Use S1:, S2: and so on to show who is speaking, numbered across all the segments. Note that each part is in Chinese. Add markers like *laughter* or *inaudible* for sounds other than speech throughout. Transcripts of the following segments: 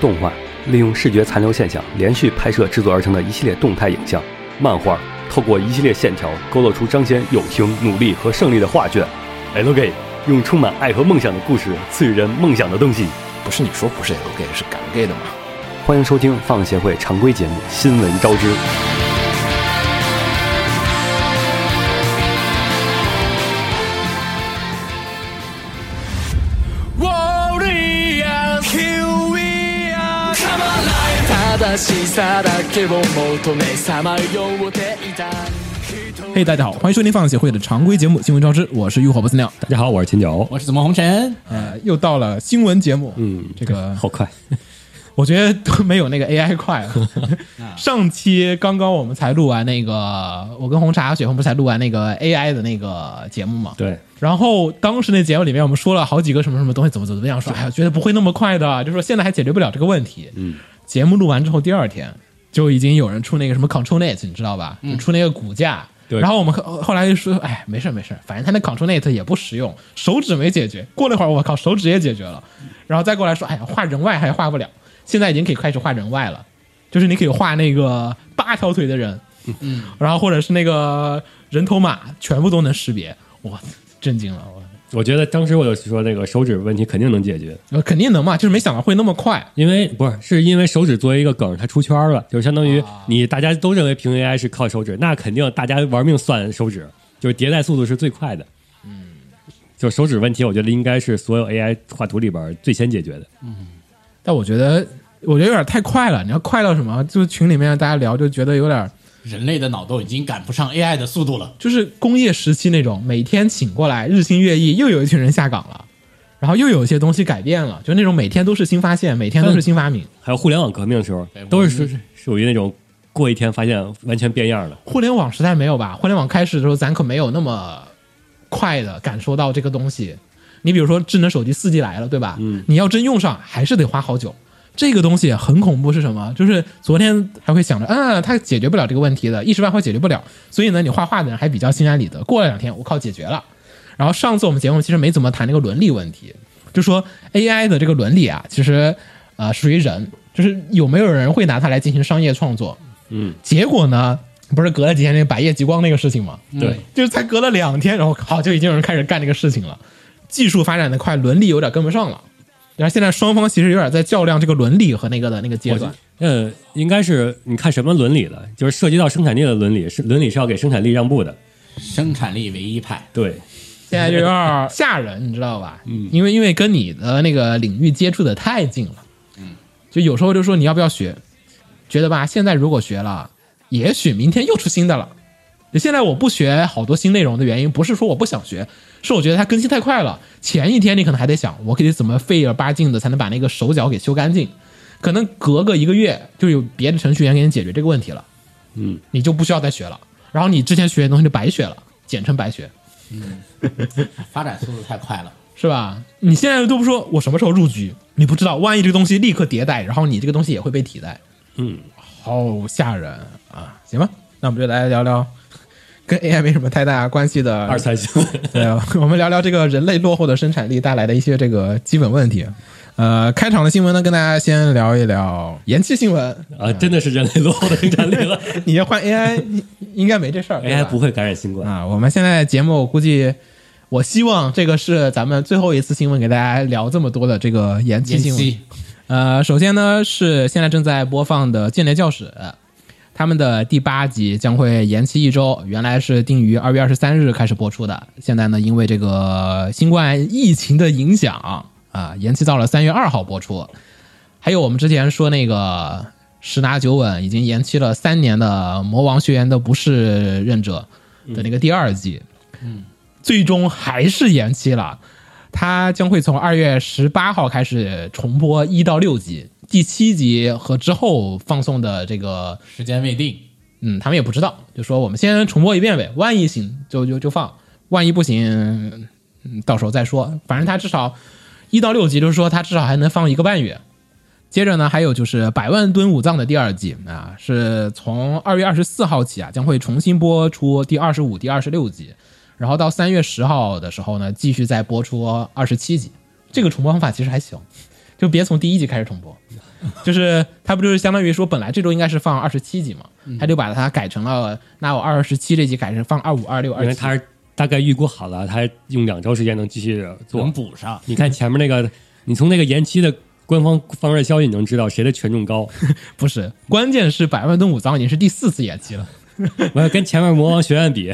S1: 动画，利用视觉残留现象连续拍摄制作而成的一系列动态影像；漫画，透过一系列线条勾勒出彰显友情、努力和胜利的画卷。LG 用充满爱和梦想的故事赐予人梦想的东西。
S2: 不是你说不是 L gay 是敢 gay 的吗？
S1: 欢迎收听放协会常规节目《新闻招之》。
S3: 嘿、大家好，欢迎收听放协会的常规节目《新闻招之》，我是浴火不死鸟。
S1: 大家好，我是秦九。
S4: 我是怎么红尘？
S3: 呃，又到了新闻节目，嗯，这个
S1: 好快，
S3: 我觉得都没有那个 AI 快了。上期刚刚我们才录完那个，我跟红茶和雪红不是才录完那个 AI 的那个节目嘛？。
S1: 对，
S3: 然后当时那节目里面，我们说了好几个什么什么东西，怎么怎么样，说哎呀，觉得不会那么快的，就说现在还解决不了这个问题。嗯，节目录完之后，第二天就已经有人出那个什么 ControlNet，你知道吧？就出那个骨架。
S1: 对
S3: 然后我们后后来就说，哎，没事儿没事儿，反正他那 ControlNet 也不实用，手指没解决。过了一会儿，我靠，手指也解决了。然后再过来说，哎呀，画人外还画不了，现在已经可以开始画人外了，就是你可以画那个八条腿的人，嗯，然后或者是那个人头马，全部都能识别。我震惊了，我
S1: 我觉得当时我就说那个手指问题肯定能解决，
S3: 呃，肯定能嘛，就是没想到会那么快。
S1: 因为不是是因为手指作为一个梗，它出圈了，就是相当于你大家都认为评 AI 是靠手指，那肯定大家玩命算手指，就是迭代速度是最快的。嗯，就手指问题，我觉得应该是所有 AI 画图里边最先解决的。
S3: 但我觉得，我觉得有点太快了。你要快到什么？就是群里面大家聊，就觉得有点
S4: 人类的脑豆已经赶不上 AI 的速度了。
S3: 就是工业时期那种，每天醒过来日新月异，又有一群人下岗了，然后又有一些东西改变了，就那种每天都是新发现，每天都是新发明。
S1: 还有互联网革命的时候
S4: 对，
S1: 都
S4: 我
S1: 是属属于那种过一天发现完全变样了。
S3: 互联网时代没有吧？互联网开始的时候，咱可没有那么快的感受到这个东西。你比如说智能手机四 G 来了，对吧？嗯，你要真用上，还是得花好久。这个东西很恐怖是什么？就是昨天还会想着，啊，它解决不了这个问题的，一时半会儿解决不了。所以呢，你画画的人还比较心安理得。过了两天，我靠，解决了。然后上次我们节目其实没怎么谈那个伦理问题，就说 AI 的这个伦理啊，其实呃属于人，就是有没有人会拿它来进行商业创作？嗯，结果呢，不是隔了几天那个百夜极光那个事情吗？
S1: 对，
S3: 就是才隔了两天，然后好就已经有人开始干这个事情了。技术发展的快，伦理有点跟不上了。然后现在双方其实有点在较量这个伦理和那个的那个阶段。
S1: 呃，应该是你看什么伦理了，就是涉及到生产力的伦理，是伦理是要给生产力让步的。
S4: 生产力唯一派，
S1: 对，
S3: 现在就有点吓人，你知道吧？嗯，因为因为跟你的那个领域接触的太近了，嗯，就有时候就说你要不要学，觉得吧，现在如果学了，也许明天又出新的了。就现在我不学好多新内容的原因，不是说我不想学，是我觉得它更新太快了。前一天你可能还得想，我可以怎么费了八劲的才能把那个手脚给修干净，可能隔个一个月就有别的程序员给你解决这个问题了，嗯，你就不需要再学了，然后你之前学的东西就白学了，简称白学。
S4: 发展速度太快了。
S3: 是吧？你现在都不说我什么时候入局，你不知道，万一这个东西立刻迭代，然后你这个东西也会被替代，嗯，好吓人啊！行吧，那我们就来聊聊 *laughs* 跟 AI 没什么太大关系的
S1: 二三性。
S3: 对，啊 *laughs* 我们聊聊这个人类落后的生产力带来的一些这个基本问题。呃，开场的新闻呢，跟大家先聊一聊延期新闻。
S1: 啊，真的是人类落后的生产力 *laughs* 了。哎
S3: 你要换 AI，应应该没这事儿对吧
S1: AI 不会感染新冠，
S3: 啊，我们现在节目估计，我希望这个是咱们最后一次新闻，给大家聊这么多的这个延期
S4: 延
S3: 新闻
S4: 期。
S3: 呃，首先呢是现在正在播放的《间谍教室》，他们的第八集将会延期一周，原来是定于二月二十三日开始播出的，现在呢因为这个新冠疫情的影响啊，延期到了三月二号播出。还有我们之前说那个十拿九稳已经延期了三年的《魔王学园的不是忍者》的那个第二季，最终还是延期了。它将会从二月十八号开始重播一到六集，第七集和之后放送的这个，
S4: 时间未定，
S3: 嗯，他们也不知道，就说我们先重播一遍呗，万一行就就就放，万一不行，嗯到时候再说。反正它至少一到六集，就是说它至少还能放一个半月。接着呢，还有就是《百万吨武藏》的第二季啊，是从二月二十四号起啊，将会重新播出第二十五、第二十六集，然后到三月十号的时候呢，继续再播出二十七集。这个重播方法其实还行，就别从第一集开始重播。就是他不就是相当于说，本来这周应该是放二十七集嘛，
S1: 嗯
S3: 他就把它改成了，那我二十七这集改成放二五、二六、
S1: 因
S3: 二
S1: 为
S3: 七。
S1: 他是大概预估好了，他用两周时间能继续做
S4: 能。补上。
S1: 你看前面那个，你从那个延期的官方放出来消息，你能知道谁的权重 *laughs* 高。
S3: 不是，关键是《百万吨武藏》已经是第四次延期了。
S1: 我要跟前面魔王学院 *laughs* 比，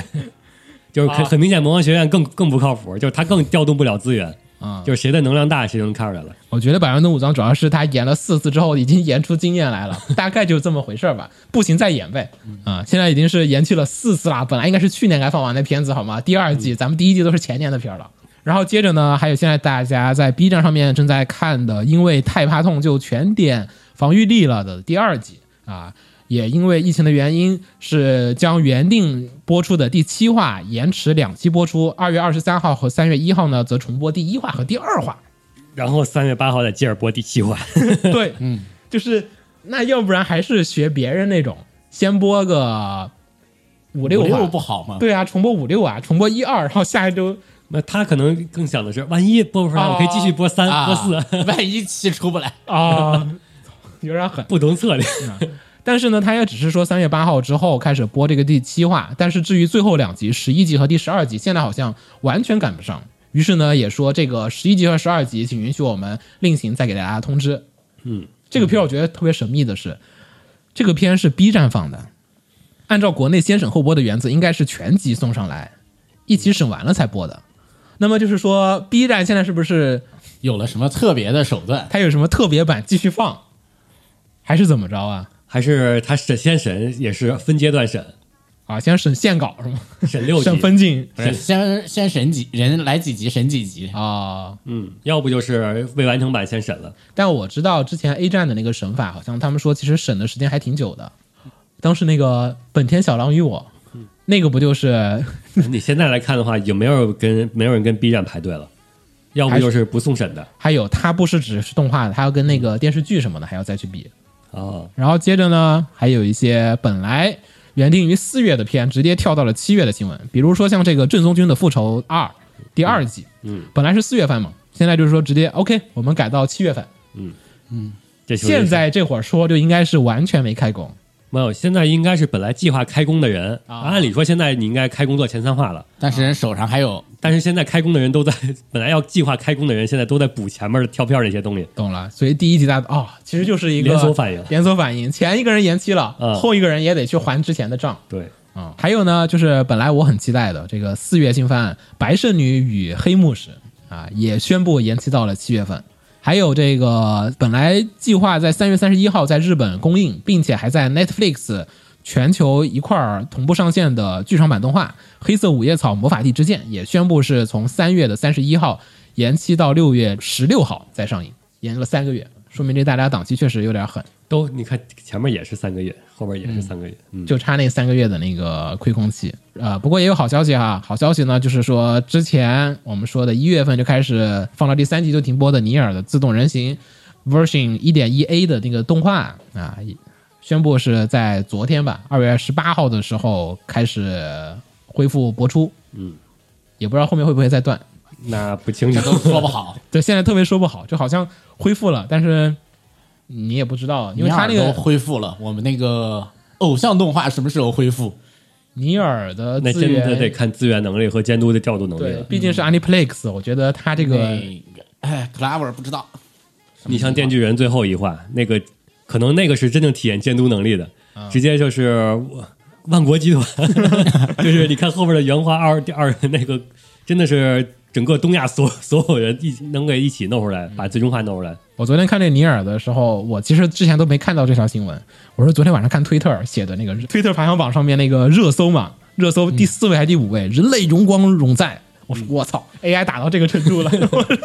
S1: 就是很
S4: 啊
S1: 很明显，魔王学院更更不靠谱，就是他更调动不了资源，
S3: 啊、
S1: 就是谁的能量大，谁就能看出来了。
S3: 我觉得《百万吨武藏》主要是他演了四次之后，已经演出经验来了，大概就这么回事儿吧。不行再演呗。啊、现在已经是延期了四次啦，本来应该是去年该放完的片子，好吗？第二季，咱们第一季都是前年的片儿了。然后接着呢，还有现在大家在 B 站上面正在看的，因为太怕痛就全点防御力了的第二季啊，也因为疫情的原因，是将原定播出的第七话延迟两期播出，二月二十三号和三月一号呢，则重播第一话和第二话。
S1: 然后三月八号再接着播第七话，
S3: *laughs* 对，嗯，就是那要不然还是学别人那种，先播个五六
S4: 五
S3: 话
S4: 六不好吗？
S3: 对啊，重播五六啊，重播一二，然后下一周
S1: 那他可能更想的是，万一播不出来，我可以继续播三、
S4: 啊，
S1: 播四， *laughs*
S4: *laughs* 万一期出不来，
S3: *laughs* 啊，有点狠。
S1: 不同策略。
S3: 但是呢，他也只是说三月八号之后开始播这个第七话，但是至于最后两集，十一集和第十二集，现在好像完全赶不上。于是呢，也说这个十一集和十二集，请允许我们另行再给大家通知。
S1: 嗯，
S3: 这个片儿我觉得特别神秘的是，这个片是 B 站放的，按照国内先审后播的原则，应该是全集送上来，一起审完了才播的。那么就是说，B 站现在是不是
S4: 有了什么特别的手段？
S3: 它有什么特别版继续放，还是怎么着啊？
S1: 还是他审先审也是分阶段审，
S3: 啊，先审线稿是吗？
S1: 审六
S3: 审
S1: 集，
S3: 分镜
S4: 不是先先审几人来几集审几集，
S3: 啊、
S1: 嗯，要不就是未完成版先审了。
S3: 但我知道之前 A 站的那个审法，好像他们说其实审的时间还挺久的。当时那个本田小狼与我，那个不就是
S1: 你现在来看的话，有没有跟没有人跟 B 站排队了？要不就是不送审的
S3: 还有它不是只是动画的，它要跟那个电视剧什么的还要再去比。
S1: 哦，
S3: 然后接着呢，还有一些本来原定于四月的片，直接跳到了七月的新闻，比如说像这个《正宗君的复仇二》第二季，
S1: 嗯，
S3: 本来是四月份嘛，现在就是说直接 OK，我们改到七月份。
S1: 这就是
S3: 现在这会儿说就应该是完全没开工，
S1: 没有，现在应该是本来计划开工的人，
S3: 啊
S1: 按理说现在你应该开工做前三话了，
S4: 但是人手上还有
S1: 但是现在开工的人都在本来要计划开工的人，现在都在补前面的跳票那些东西。
S3: 懂了。所以第一集大家哦，其实就是一个
S1: 连锁反应
S3: 连锁反应，前一个人延期了，
S1: 嗯
S3: 后一个人也得去还之前的账。
S1: 对，
S3: 啊、还有呢，就是本来我很期待的这个四月新番《白圣女与黑牧师》啊，也宣布延期到了七月份。还有这个本来计划在三月三十一号在日本公映，并且还在 Netflix 全球一块儿同步上线的剧场版动画《黑色五叶草魔法地之剑》，也宣布是从三月的三十一号延期到六月十六号再上映，延了三个月，说明这大家档期确实有点狠，
S1: 都你看前面也是三个月，后边也是三个月，嗯，
S3: 就差那三个月的那个亏空期。呃，不过也有好消息哈，好消息呢就是说，之前我们说的一月份就开始放到第三集就停播的《尼尔》的自动人形 version 一点一 A 的那个动画啊，也宣布是在昨天吧，二月十八号的时候开始恢复播出。
S1: 嗯，
S3: 也不知道后面会不会再断，
S1: 那不清
S4: 这都
S1: 楚。
S3: *laughs*
S4: 说不好。
S3: 对，现在特别说不好，就好像恢复了，但是你也不知道，因为他那
S4: 尼尔
S3: 个
S4: 都恢复了，我们那个偶像动画什么时候恢复？
S3: 尼尔的
S1: 那
S3: 资
S1: 真的
S3: 源
S1: 得看资源能力和监督的调度能力
S3: 对，
S1: 了。
S3: 毕竟是 Aniplex，、我觉得他这个
S4: 那个哎，Clover 不知道。
S1: 你像《电锯人》最后一话，那个可能那个是真正体现监督能力的，直接就是万国集团， *laughs* 就是你看后边的原话二第二那个，真的是整个东亚所所有人一起能给一起弄出来，把最终话弄出来。
S3: 我昨天看这尼尔的时候，我其实之前都没看到这条新闻。我是昨天晚上看推特写的那个推特排行榜上面那个热搜嘛，热搜第四位还是第五位，人类荣光永在。我说我操，AI 打到这个程度了， *laughs* 我说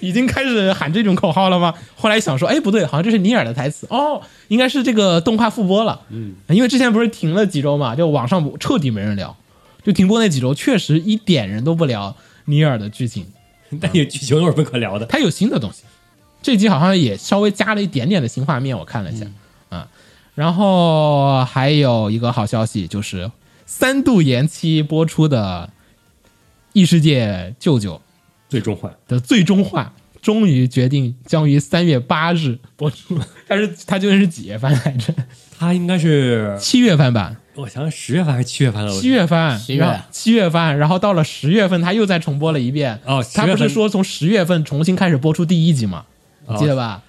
S3: 已经开始喊这种口号了吗？后来想说，哎，不对，好像这是尼尔的台词哦，应该是这个动画复播了。嗯，因为之前不是停了几周嘛，就网上彻底没人聊，就停播那几周，确实一点人都不聊尼尔的剧情。
S1: 但也剧情有什么可聊的？
S3: 它有新的东西。这集好像也稍微加了一点点的新画面，我看了一下、
S1: 嗯
S3: 啊。然后还有一个好消息就是，三度延期播出的《异世界舅舅》
S1: 最终话
S3: 的最终话终于决定将于三月八日播出。它是它究竟是几月番来
S1: *laughs*
S3: 着？
S1: 他应该是
S3: 七月番版，
S1: 我想想十月份还是呃七月份了？我
S3: 七月番，
S4: 七月
S3: 然后七月番，然后到了十月份，他又再重播了一遍。
S1: 哦
S3: 他不
S1: 10月
S3: 是
S1: 份
S3: 说从十月份重新开始播出第一集吗？
S1: 哦
S3: 你记得吧？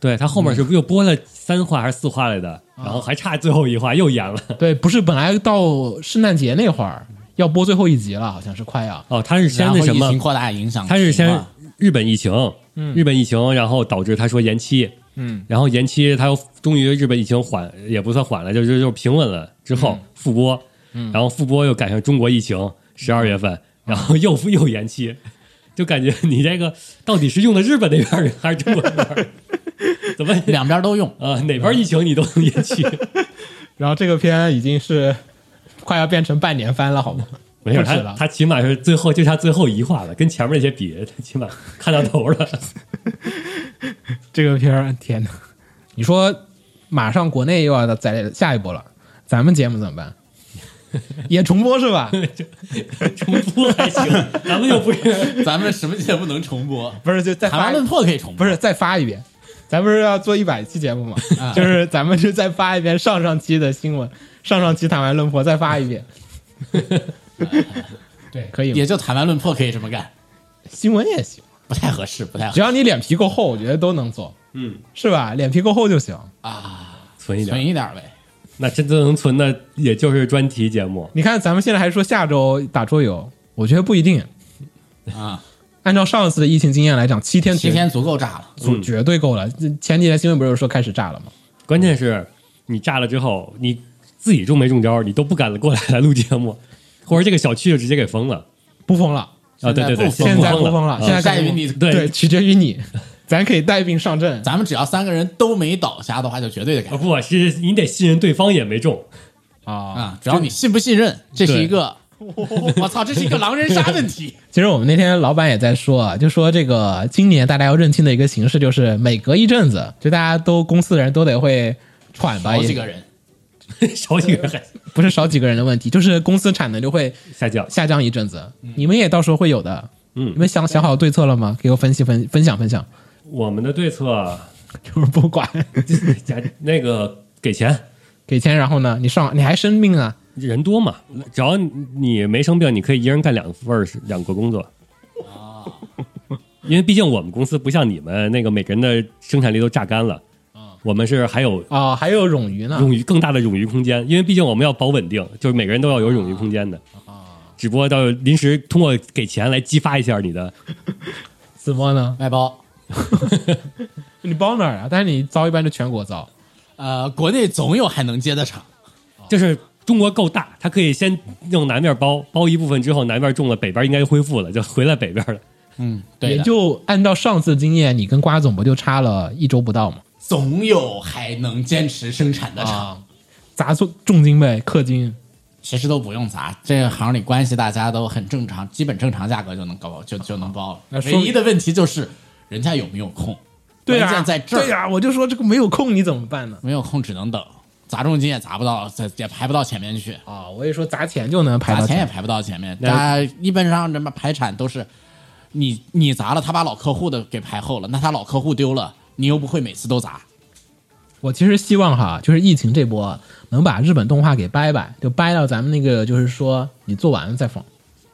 S1: 对他后面是不是又播了三话还是四话来的？然后还差最后一话又演了。
S3: 对，不是本来到圣诞节那会儿要播最后一集了，好像是快要。
S1: 哦，他是先
S4: 然后
S1: 那什
S4: 疫情
S1: 么，
S4: 扩大影响，
S1: 他是先
S4: 哇
S1: 日本疫情，日本疫情，然后导致他说延期，
S3: 嗯，
S1: 然后延期，他又终于日本疫情缓也不算缓了，就就就平稳了之
S3: 嗯
S1: 后复播，然后复播又赶上中国疫情十
S3: 嗯
S1: 二月份，然后又 *laughs* 复又延期，就感觉你这个到底是用的日本那边儿还是中国那边
S3: *laughs*
S1: 儿？怎么
S4: 两边都用，
S1: 啊、哪边儿疫情你都能
S3: *laughs*
S1: 延期？
S3: 然后这个片已经是快要变成半年番了，好吗？
S1: 没有
S3: 不止
S1: 他
S3: 了，
S1: 他起码是最后就差最后一话了，跟前面那些比，他起码看到头了。 *laughs*
S3: 这个片儿，天哪！你说马上国内又要再下一波了，咱们节目怎么 *laughs* 办？也重播是吧？
S1: 重播还行，咱们又不是
S4: 咱们什么节目能重 *laughs* 播？
S3: 不是，就再
S4: 谈
S3: 发
S4: 完论破可以重播，
S3: 不是再发一遍。啊咱不是要做一百期节目吗？就是咱们就再发一遍上上期的新闻，上上期谈完论破再发一遍。 *laughs* 对，可以吗
S4: 也就谈完论破可以这么干，
S3: 新闻也行，
S4: 不太合适，不太合
S3: 只
S4: 适
S3: 要你脸皮够厚，我觉得都能做，
S1: 嗯，
S3: 是吧？脸皮够厚就行。
S4: 啊，
S1: 存一
S4: 存
S1: 点，
S4: 一点呗。
S1: 那真正能存的也就是专题节目。
S3: 你看，咱们现在还说下周打桌游，我觉得不一定。
S4: *laughs* 啊，
S3: 按照上次的疫情经验来讲，七天
S4: 七
S3: 绝
S4: 天足够炸了，
S3: 足
S1: 嗯
S3: 绝对够了。这前几天新闻不是说开始炸了吗？
S1: 关键是你炸了之后，你自己中没中招，你都不敢过来来录节目，或者这个小区就直接给封了
S3: 不封了，
S1: 啊！对对对，
S4: 现
S3: 现在
S1: 封啊
S3: 不封了，现在
S4: 在
S3: 可以
S4: 于
S3: 封
S4: 你
S1: 对
S3: 对，取决
S4: *laughs*
S3: 于你，咱可以带病上阵。
S4: 咱们只要三个人都没倒下的话，就绝对的
S1: 啊
S4: 干
S1: 不是你得信任对方也没中， *laughs*
S3: 啊
S4: 啊！只要你信不信任，这是
S1: 对
S4: 一个， *laughs* 我操，这是一个狼人杀问 *laughs* 题。
S3: 其实我们那天老板也在说，啊，就说这个今年大家要认清的一个形式，就是每隔一阵子，就大家都公司的人都得会喘吧，
S4: 好
S3: 也
S4: 几个人，
S1: 少几个人还
S3: 不是少几个人的问题，就是公司产能就会
S1: 下啊降。
S3: 下降一阵子，你们也到时候会有的。
S1: 嗯
S3: 你们想想好对策了吗？给我分析分分享分享， *laughs*
S1: 我们的对策， *laughs*
S3: 就是不管
S1: 加那个给钱，
S3: 给钱，然后呢，你上你还生病啊？
S1: 人多嘛，只要你没生病，你可以一人干两份儿是两个工作。 *laughs* 因为毕竟我们公司不像你们那个每个人的生产力都榨干了，我们是还有
S3: 哦，还有冗余呢。
S1: 冗余更大的冗余空间，因为毕竟我们要保稳定，就是每个人都要有冗余空间的。只不过到临时通过给钱来激发一下你的，
S3: 怎么呢？
S4: 外包，
S3: 你包哪儿啊？但是你招一般就全国招，
S4: 呃，国内总有还能接得上，
S1: 就是中国够大，它可以先用南面包包一部分之后，南面中了，北边应该就恢复了，就回来北边了。
S4: 嗯，对
S3: 也
S4: 的，
S3: 就按照上次经验，你跟瓜总不就差了一周不到吗？
S4: 总有还能坚持生产的厂。
S3: 啊，砸重重金呗，氪金。
S4: 其实都不用砸，这个行里关系大家都很正常，基本正常价格就能搞就就能包
S3: 那
S4: 了。
S3: 说
S4: 唯一的问题就是人家有没有空，关键在这儿，
S3: 对啊呀、我就说这个没有空你怎么办呢？
S4: 没有空只能等，砸重金也砸不到，在也排不到前面去，
S3: 啊，我也说砸钱就能排
S4: 砸
S3: 到
S4: 钱也
S3: 前，
S4: 排不到前面。
S1: 那
S4: 大家一般上人们排产都是你你砸了，他把老客户的给排后了，那他老客户丢了，你又不会每次都砸。
S3: 我其实希望哈，就是疫情这波能把日本动画给掰掰，就掰到咱们那个，就是说你做完了再放，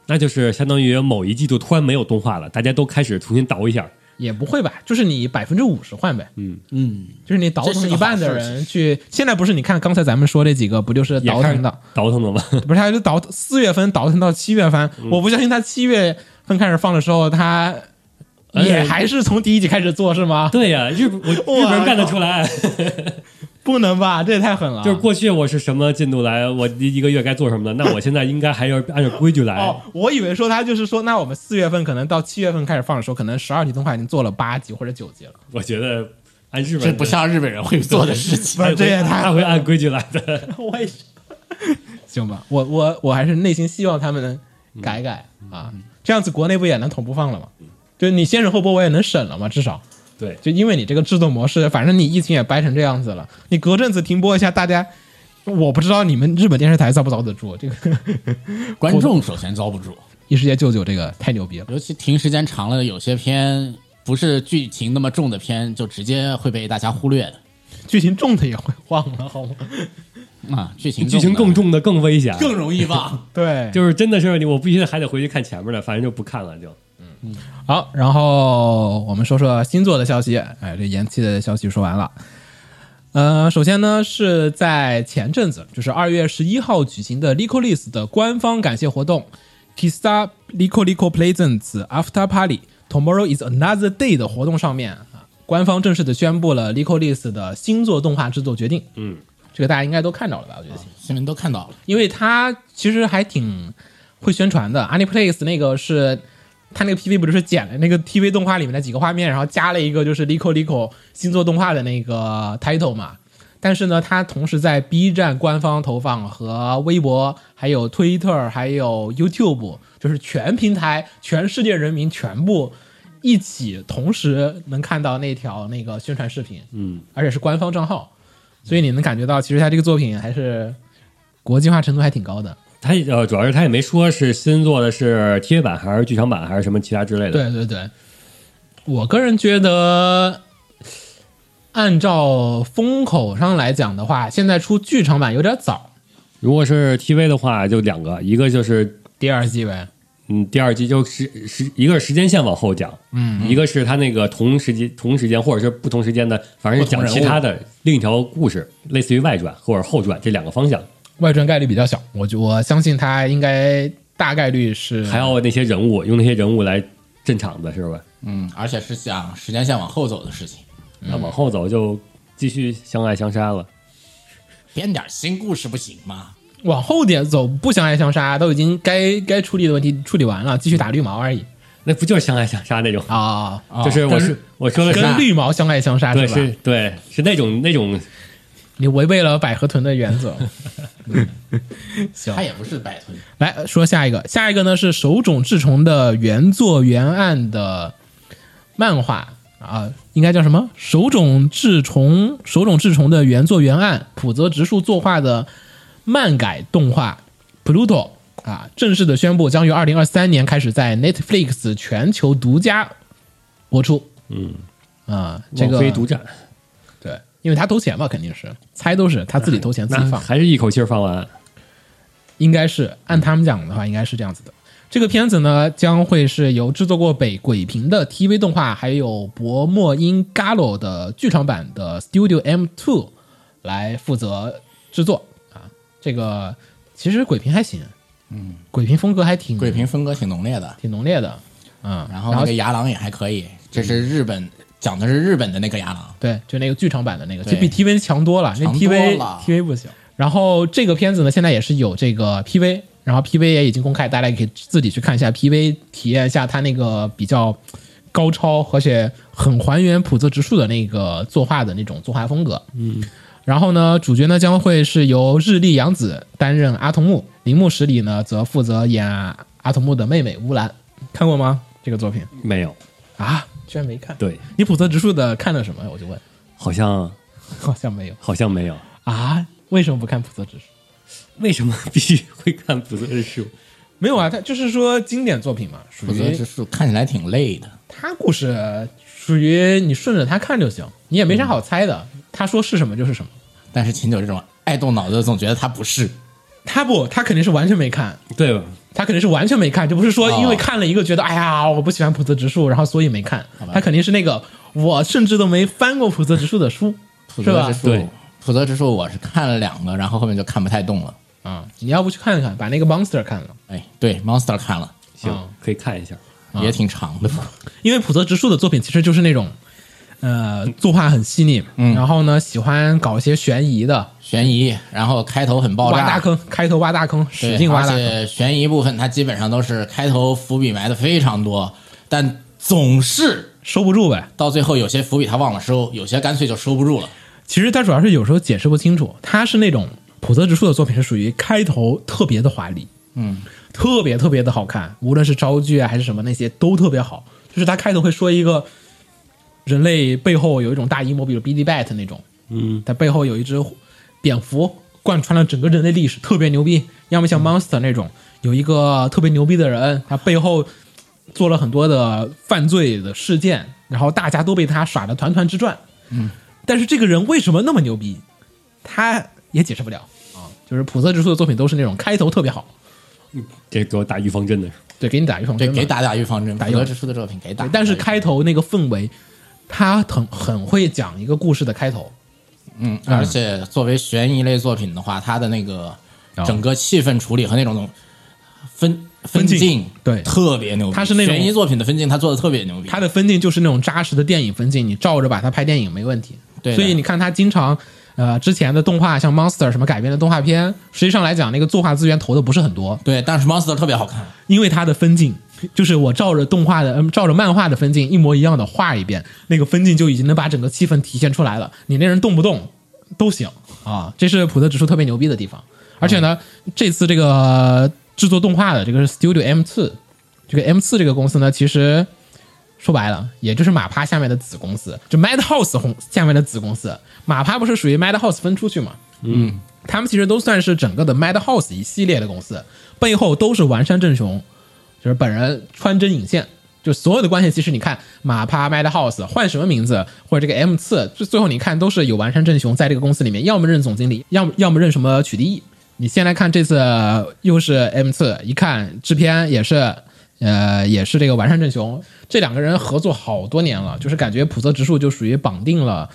S1: 那就是相当于某一季度突然没有动画了，大家都开始重新倒一下。
S3: 也不会吧？就是你百分之五十换呗，
S4: 嗯，
S3: 就是你倒腾一半的
S4: 这是个好
S3: 人去。现在不是你看刚才咱们说这几个，不就是
S1: 也
S3: 倒
S1: 开
S3: 腾
S1: 始
S3: 到，
S1: 倒腾了吗？
S3: 不是他就倒四月份倒腾到七月份？
S4: 嗯
S3: 我不相信他七月份开始放的时候，他也
S1: 哎
S3: 还是从第一集开始做是吗？
S1: *laughs* 对呀、日本我日本人干得出来，
S3: 不能吧，这也太狠了。
S1: *laughs* 就是过去我是什么进度来，我一一个月该做什么的，
S3: *laughs*
S1: 那我现在应该还要按照规矩来。
S3: 哦，我以为说他就是说，那我们四月份可能到七月份开始放的时候，可能十二集动画已经做了八集或者九集了。
S1: 我觉得按日本
S4: 这
S1: 人
S4: 不像日本人会做的事情。
S1: 他会
S3: 这也太
S1: 他会按规矩来的。
S3: *laughs* 为什么？行吧，我我我还是内心希望他们能改改啊，这样子国内不也能同步放了吗？就是你先审后播，我也能审了嘛，至少
S1: 对，
S3: 就因为你这个制作模式，反正你疫情也掰成这样子了，你隔阵子停播一下，大家。我不知道你们日本电视台遭不遭得住这个 *laughs*
S4: 观众首先遭不住，
S3: 一时间舅舅这个太牛逼了，
S4: 尤其停时间长了，有些片不是剧情那么重的片，就直接会被大家忽略的
S3: 剧情重的也会忘了，好吗？
S4: 啊。剧情
S1: 剧情
S4: 重的
S1: 更
S4: 啊
S1: 重的更危险，啊
S4: 更容易忘。
S3: 对，
S1: 就是真的是你，我必须还得回去看前面的，反正就不看了就。
S3: 好，然后我们说说星座的消息。哎，这延期的消息说完了。呃，首先呢是在前阵子，就是二月十一号举行的 Licolis 的官方感谢活动 Kista Lico Lico Presents After Party Tomorrow is Another Day 的活动上面啊，官方正式的宣布了 Licolis 的星座动画制作决定。
S1: 嗯，
S3: 这个大家应该都看到了吧？我觉得。
S4: *laughs* 新闻都看到了，
S3: 因为他其实还挺会宣传的。AnyPlace 那个是他那个 PV 不就是剪了那个 TV 动画里面的几个画面，然后加了一个就是 Lico Lico 星座动画的那个 title 嘛。但是呢，它同时在 B 站官方投放和微博、还有推特、还有 YouTube，就是全平台、全世界人民全部一起同时能看到那条那个宣传视频，
S1: 嗯，
S3: 而且是官方账号，所以你能感觉到，其实它这个作品还是国际化程度还挺高的。
S1: 他也呃，主要是他也没说是新做的是 TV 版还是剧场版还是什么其他之类的。
S3: 对对对，我个人觉得，按照风口上来讲的话，现在出剧场版有点早，
S1: 如果是 TV 的话，就两个，一个就是
S3: 第二季呗。
S1: 嗯，第二季就是时一个是时间线往后讲，嗯，一个是他那个同时间同时间或者是不同时间的，反正是讲
S4: 不同
S1: 其
S4: 人物
S1: 他的另一条故事，类似于外传或者后传这两个方向，
S3: 外传概率比较小，我就我相信它应该大概率是
S1: 还有那些人物用那些人物来镇场子是吧？
S4: 嗯，而且是想时间线往后走的事情，
S3: 嗯
S1: 那往后走就继续相爱相杀了。
S4: 编点新故事不行吗？
S3: 往后点走，不相爱相杀，都已经该该处理的问题处理完了，继续打绿毛而已
S1: 那不就是相爱相杀那种？
S3: 啊、
S4: 啊
S1: 就是我是我说的是啊
S3: 跟绿毛相爱相杀
S1: 对
S3: 是吧？
S1: 是对是那种那种
S3: 你违背了百合豚的原则。
S4: 他也不是摆臀，
S3: 来说下一个，下一个呢是手冢治虫的原作原案的漫画啊，应该叫什么？手冢治虫，手冢治虫的原作原案，浦泽直树作画的漫改动画《Pluto》啊，正式的宣布将于二零二三年开始在 Netflix 全球独家播出。嗯啊，这个
S1: 网飞独占，
S3: 对，因为他投钱嘛，肯定是猜都是他自己投钱自己
S1: 那
S3: 放。
S1: 还是一口气儿放完。
S3: 应该是按他们讲的话，应该是这样子的。这个片子呢，将会是由制作过《北鬼平》的 TV 动画，还有薄墨因 Gallo 的剧场版的 Studio M Two 来负责制作啊。这个其实鬼平还行，嗯，鬼平风格还挺
S4: 鬼平风格挺浓烈的，
S3: 挺浓烈的，嗯，
S4: 然后那个牙狼也还可以，这是日本讲的是日本的那个牙狼，
S3: 对，就那个剧场版的那个，就
S4: 对
S3: 比 TV 强多了，那
S4: 强多
S3: TV
S4: 了
S3: TV 不行。然后这个片子呢，现在也是有这个 PV，然后 PV 也已经公开，大家也可以自己去看一下 PV，体验一下它那个比较高超，而且很还原普泽直树的那个作画的那种作画风格。嗯。然后呢，主角呢将会是由日笠阳子担任阿童木，铃木十里呢则负责演阿童木的妹妹乌兰。看过吗？这个作品
S1: 没有，
S3: 啊，居然没看。
S1: 对，
S3: 你普泽直树的看了什么？我就问。
S1: 好像
S3: *laughs* 好像没有
S1: 好像没有。
S3: 啊？为什么不看普泽直树？
S1: 为什么必须会看普泽之树？
S3: 没有啊，他就是说经典作品嘛，属
S4: 普泽
S3: 于
S4: 之树看起来挺累的，
S3: 嗯他故事属于你顺着他看就行，你也没啥好猜的，他说是什么就是什么。
S4: 但是秦九这种爱动脑子的，总觉得他不是。
S3: 他不，他肯定是完全没看，
S1: 对吧？
S3: 他肯定是完全没看，就不是说
S4: 哦
S3: 因为看了一个觉得、哎呀我不喜欢普泽直树，然后所以没看，他肯定是那个我甚至都没翻过普泽直树的书，
S4: 普
S3: 是
S4: 泽
S3: 吧
S4: 之？
S1: 对
S4: 树，普泽之树，我是看了两个，然后后面就看不太动了。
S3: 啊、你要不去看看，把那个 Monster 看了。
S4: 哎，对，Monster 看了，
S1: 行，
S3: 嗯
S1: 可以看一下。
S3: 啊
S4: 也挺长的。
S3: 因为浦泽直树的作品其实就是那种，呃，作画很细腻，然后呢，喜欢搞一些悬疑的，
S4: 悬疑，然后开头很爆
S3: 挖大
S4: 炸，
S3: 坑，开头挖大坑，
S4: 哦对
S3: 使劲挖大
S4: 而
S3: 坑。
S4: 且悬疑部分它基本上都是开头伏笔埋的非常多，但总是
S3: 收不住呗。
S4: 到最后有些伏笔他忘了收，有些干脆就收不住了。
S3: 其实它主要是有时候解释不清楚，它是那种普泽直树的作品是属于开头特别的华丽，嗯，特别特别的好看，无论是招剧啊还是什么那些都特别好，就是它开头会说一个人类背后有一种大阴谋，比如 Billy Bat 那种，
S1: 嗯，
S3: 它背后有一只蝙蝠贯穿了整个人类历史，特别牛逼。要么像 Monster 那种，有一个特别牛逼的人，他背后做了很多的犯罪的事件，然后大家都被他耍得团团直转。嗯，但是这个人为什么那么牛逼，他也解释不了啊。就是普泽直树的作品都是那种开头特别好，
S1: 这给我打预防针的，
S3: 对，给你打预防
S4: 对，
S3: 针嘛，
S4: 给打打预防针，
S3: 打
S4: 打
S3: 预防
S4: 德之书的作品给打
S3: 对，，但是
S4: 打
S3: 开头那个氛围，他很很会讲一个故事的开头。
S4: 嗯，而且作为悬疑类作品的话，它的那个
S3: 哦
S4: 整个气氛处理和那种分
S3: 分镜
S4: 镜
S3: 对
S4: 特别牛逼，
S3: 它是那种
S4: 悬疑作品的分镜，它做的特别牛逼，
S3: 他的分镜就是那种扎实的电影分镜，你照着把它拍电影没问题。
S4: 对的
S3: 所以你看他经常，呃，之前的动画像 Monster 什么改编的动画片，实际上来讲，那个作画资源投的不是很多，
S4: 对，但是 Monster 特别好看，
S3: 因为它的分镜就是我照着动画的，嗯，照着漫画的分镜一模一样的画一遍，那个分镜就已经能把整个气氛体现出来了。你那人动不动都行啊，这是普泽直树特别牛逼的地方。而且呢，这次这个呃制作动画的这个是 Studio M 次，这个 M 次这个公司呢，其实说白了，也就是马趴下面的子公司，就 Madhouse 红下面的子公司。马趴不是属于 Madhouse 分出去嘛？他们其实都算是整个的 Madhouse 一系列的公司，背后都是完山正雄，就是本人穿针引线，就所有的关系。其实你看马趴 Madhouse 换什么名字，或者这个 M 次，最最后你看都是有完山正雄在这个公司里面，要么任总经理，要么要么任什么取缔役。你先来看这次又是 M 次，一看制片也是。呃，也是这个完善正雄，这两个人合作好多年了，就是感觉普泽直树就属于绑定了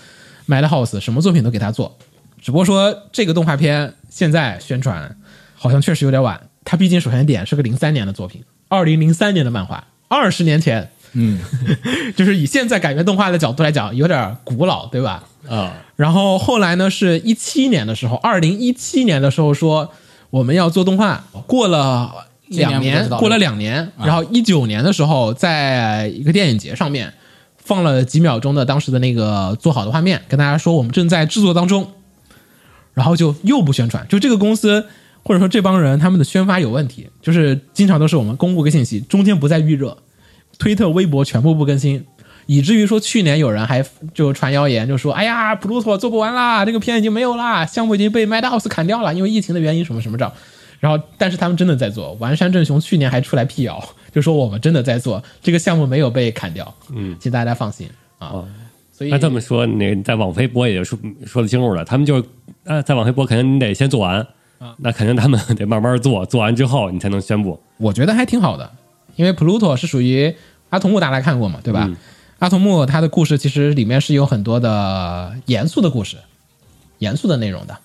S3: Madhouse，什么作品都给他做，只不过说这个动画片现在宣传好像确实有点晚，它毕竟首先点是个零三年的作品，二零零三年的漫画，二十年前，嗯， *laughs* 就是以现在改编动画的角度来讲，有点古老，对吧？
S1: 啊，
S3: 然后后来呢，是一七年的时候，二零一七年的时候说我们要做动画，过了两
S4: 今年不
S3: 年，
S4: 知道
S3: 过了两年，
S4: 啊
S3: 然后一九年的时候，在一个电影节上面放了几秒钟的当时的那个做好的画面，跟大家说我们正在制作当中，然后就又不宣传，就这个公司。或者说这帮人他们的宣发有问题，就是经常都是我们公布个信息，中间不再预热，推特、微博全部不更新，以至于说去年有人还就传谣言，就说哎呀，Pluto 做不完啦，这个片已经没有啦，项目已经被 Madhouse 砍掉了，因为疫情的原因什么什么的。然后，但是他们真的在做，完山正雄去年还出来辟谣， *laughs* 就说我们真的在做这个项目没有被砍掉，嗯，请大家放心啊
S1: 哦。
S3: 所以
S1: 那这么说，那在网飞播也就说说得清楚了，他们就是啊，在网飞播肯定你得先做完，那肯定他们得慢慢做，做完之后你才能宣布。
S3: 我觉得还挺好的，因为 Pluto 是属于阿童木，大家看过嘛，对吧？阿童木他的故事其实里面是有很多的严肃的故事，严肃的内容的。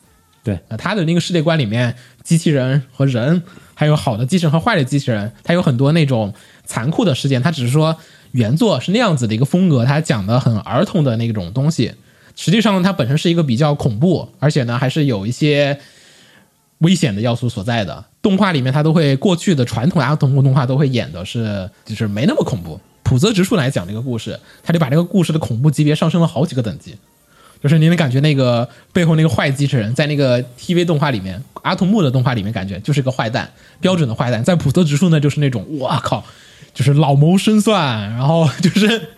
S1: 对，
S3: 呃他的那个世界观里面，机器人和人，还有好的机器人和坏的机器人，他有很多那种残酷的事件。他只是说原作是那样子的一个风格，他讲的很儿童的那种东西。实际上，它本身是一个比较恐怖，而且呢，还是有一些危险的要素所在的。动画里面，它都会过去的传统阿童木动画都会演的是，就是没那么恐怖。普泽直树来讲这个故事，他就把这个故事的恐怖级别上升了好几个等级。就是你能感觉那个背后那个坏机器人，在那个 TV 动画里面，阿童木的动画里面，感觉就是个坏蛋，标准的坏蛋。在普泽直树呢，就是那种哇靠，就是老谋深算，然后就是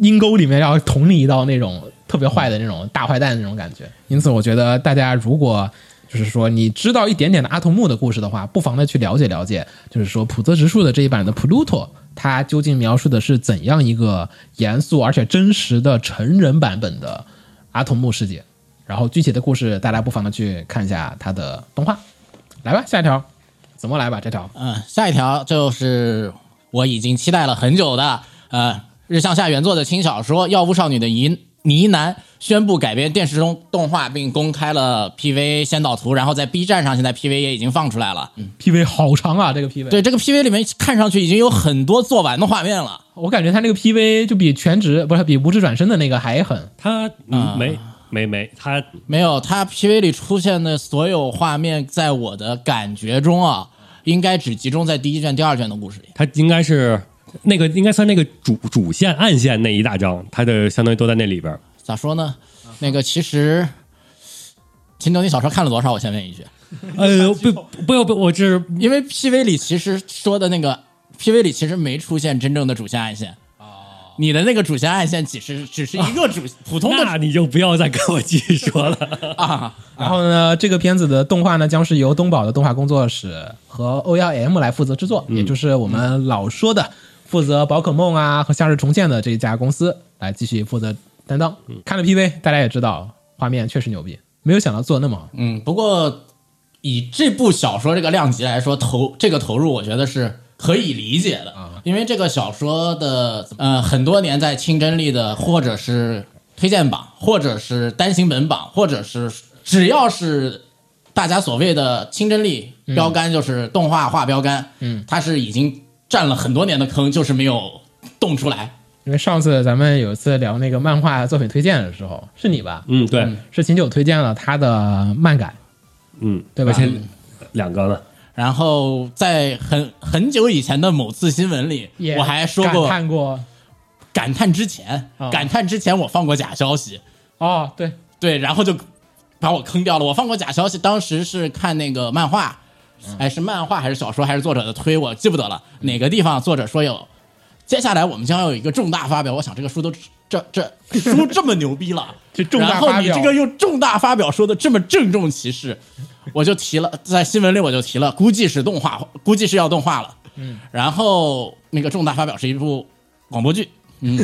S3: 阴沟里面要捅你一刀那种特别坏的那种大坏蛋那种感觉。因此，我觉得大家如果就是说你知道一点点的阿童木的故事的话，不妨的去了解了解，就是说普泽直树的这一版的 Pluto，它究竟描述的是怎样一个严肃而且真实的成人版本的阿童木世界。然后具体的故事，大家不妨的去看一下它的动画。来吧，下一条，怎么来吧？这条
S4: 嗯，下一条就是我已经期待了很久的，呃，日向夏原作的轻小说《药物少女的疑呢喃》宣布改编电视中动画，并公开了 PV 先导图，然后在 B 站上现在 PV 也已经放出来了。
S3: PV 好长啊，这个 PV。
S4: 对，这个 PV 里面看上去已经有很多做完的画面了。
S3: 我感觉他那个 PV 就比全职不是比无职转身的那个还狠，
S1: 他
S4: 啊
S1: 嗯没没没，他
S4: 没有，它 PV 里出现的所有画面，在我的感觉中啊，应该只集中在第一卷、第二卷的故事里。
S1: 他应该是那个应该算那个主主线暗线那一大章，他的相当于都在那里边 *laughs* 儿。
S4: 咋说呢？那个其实，秦九，你小说看了多少？我先问一句。
S1: 呃，不不要不，我这是
S4: 因为 PV 里其实说的那个 PV 里其实没出现真正的主线暗线。你的那个主线暗线只是只是一个主、普通的
S1: 那你就不要再跟我继续说了。
S4: 啊，
S3: 然后呢，这个片子的动画呢，将是
S4: 嗯
S3: 由东宝的动画工作室和 O 1 M 来负责制作，也就是我们老说的负责宝可梦啊和夏日重现的这一家公司来继续负责担当。
S4: 嗯
S3: 看了 PV，大家也知道画面确实牛逼，没有想到做的那么好。
S4: 嗯，不过以这部小说这个量级来说，投这个投入，我觉得是可以理解的，
S3: 啊
S4: 因为这个小说的呃很多年在清真力的或者是推荐榜，或者是单行本榜，或者是只要是大家所谓的清真力标杆，就是动画画标杆，嗯，它是已经占了很多年的坑，就是没有动出来。
S3: 因为上次咱们有一次聊那个漫画作品推荐的时候，是你吧？
S1: *laughs* 嗯，对，
S3: 是秦九推荐了他的漫改，
S1: 嗯，
S3: 对吧
S1: 而且两个呢，
S4: 然后在很很久以前的某次新闻里，
S3: 也
S4: 我还说
S3: 感
S4: 过，
S3: 叹过
S4: 感叹之前，
S3: 啊
S4: 感叹之前我放过假消息，
S3: 哦，对，
S4: 对，然后就把我坑掉了。我放过假消息，当时是看那个漫画，哎，是漫画还是小说还是作者的推，我记不得了。哪个地方作者说有，接下来我们将要有一个重大发表。我想这个书都这这书这么牛逼了，
S3: 这重大
S4: 然后
S3: 发
S4: 你
S3: 表
S4: 这个用重大发表说的这么郑重其事，我就提了，在新闻里我就提了，估计是动画，估计是要动画了。嗯，然后那个重大发表是一部广播剧。嗯，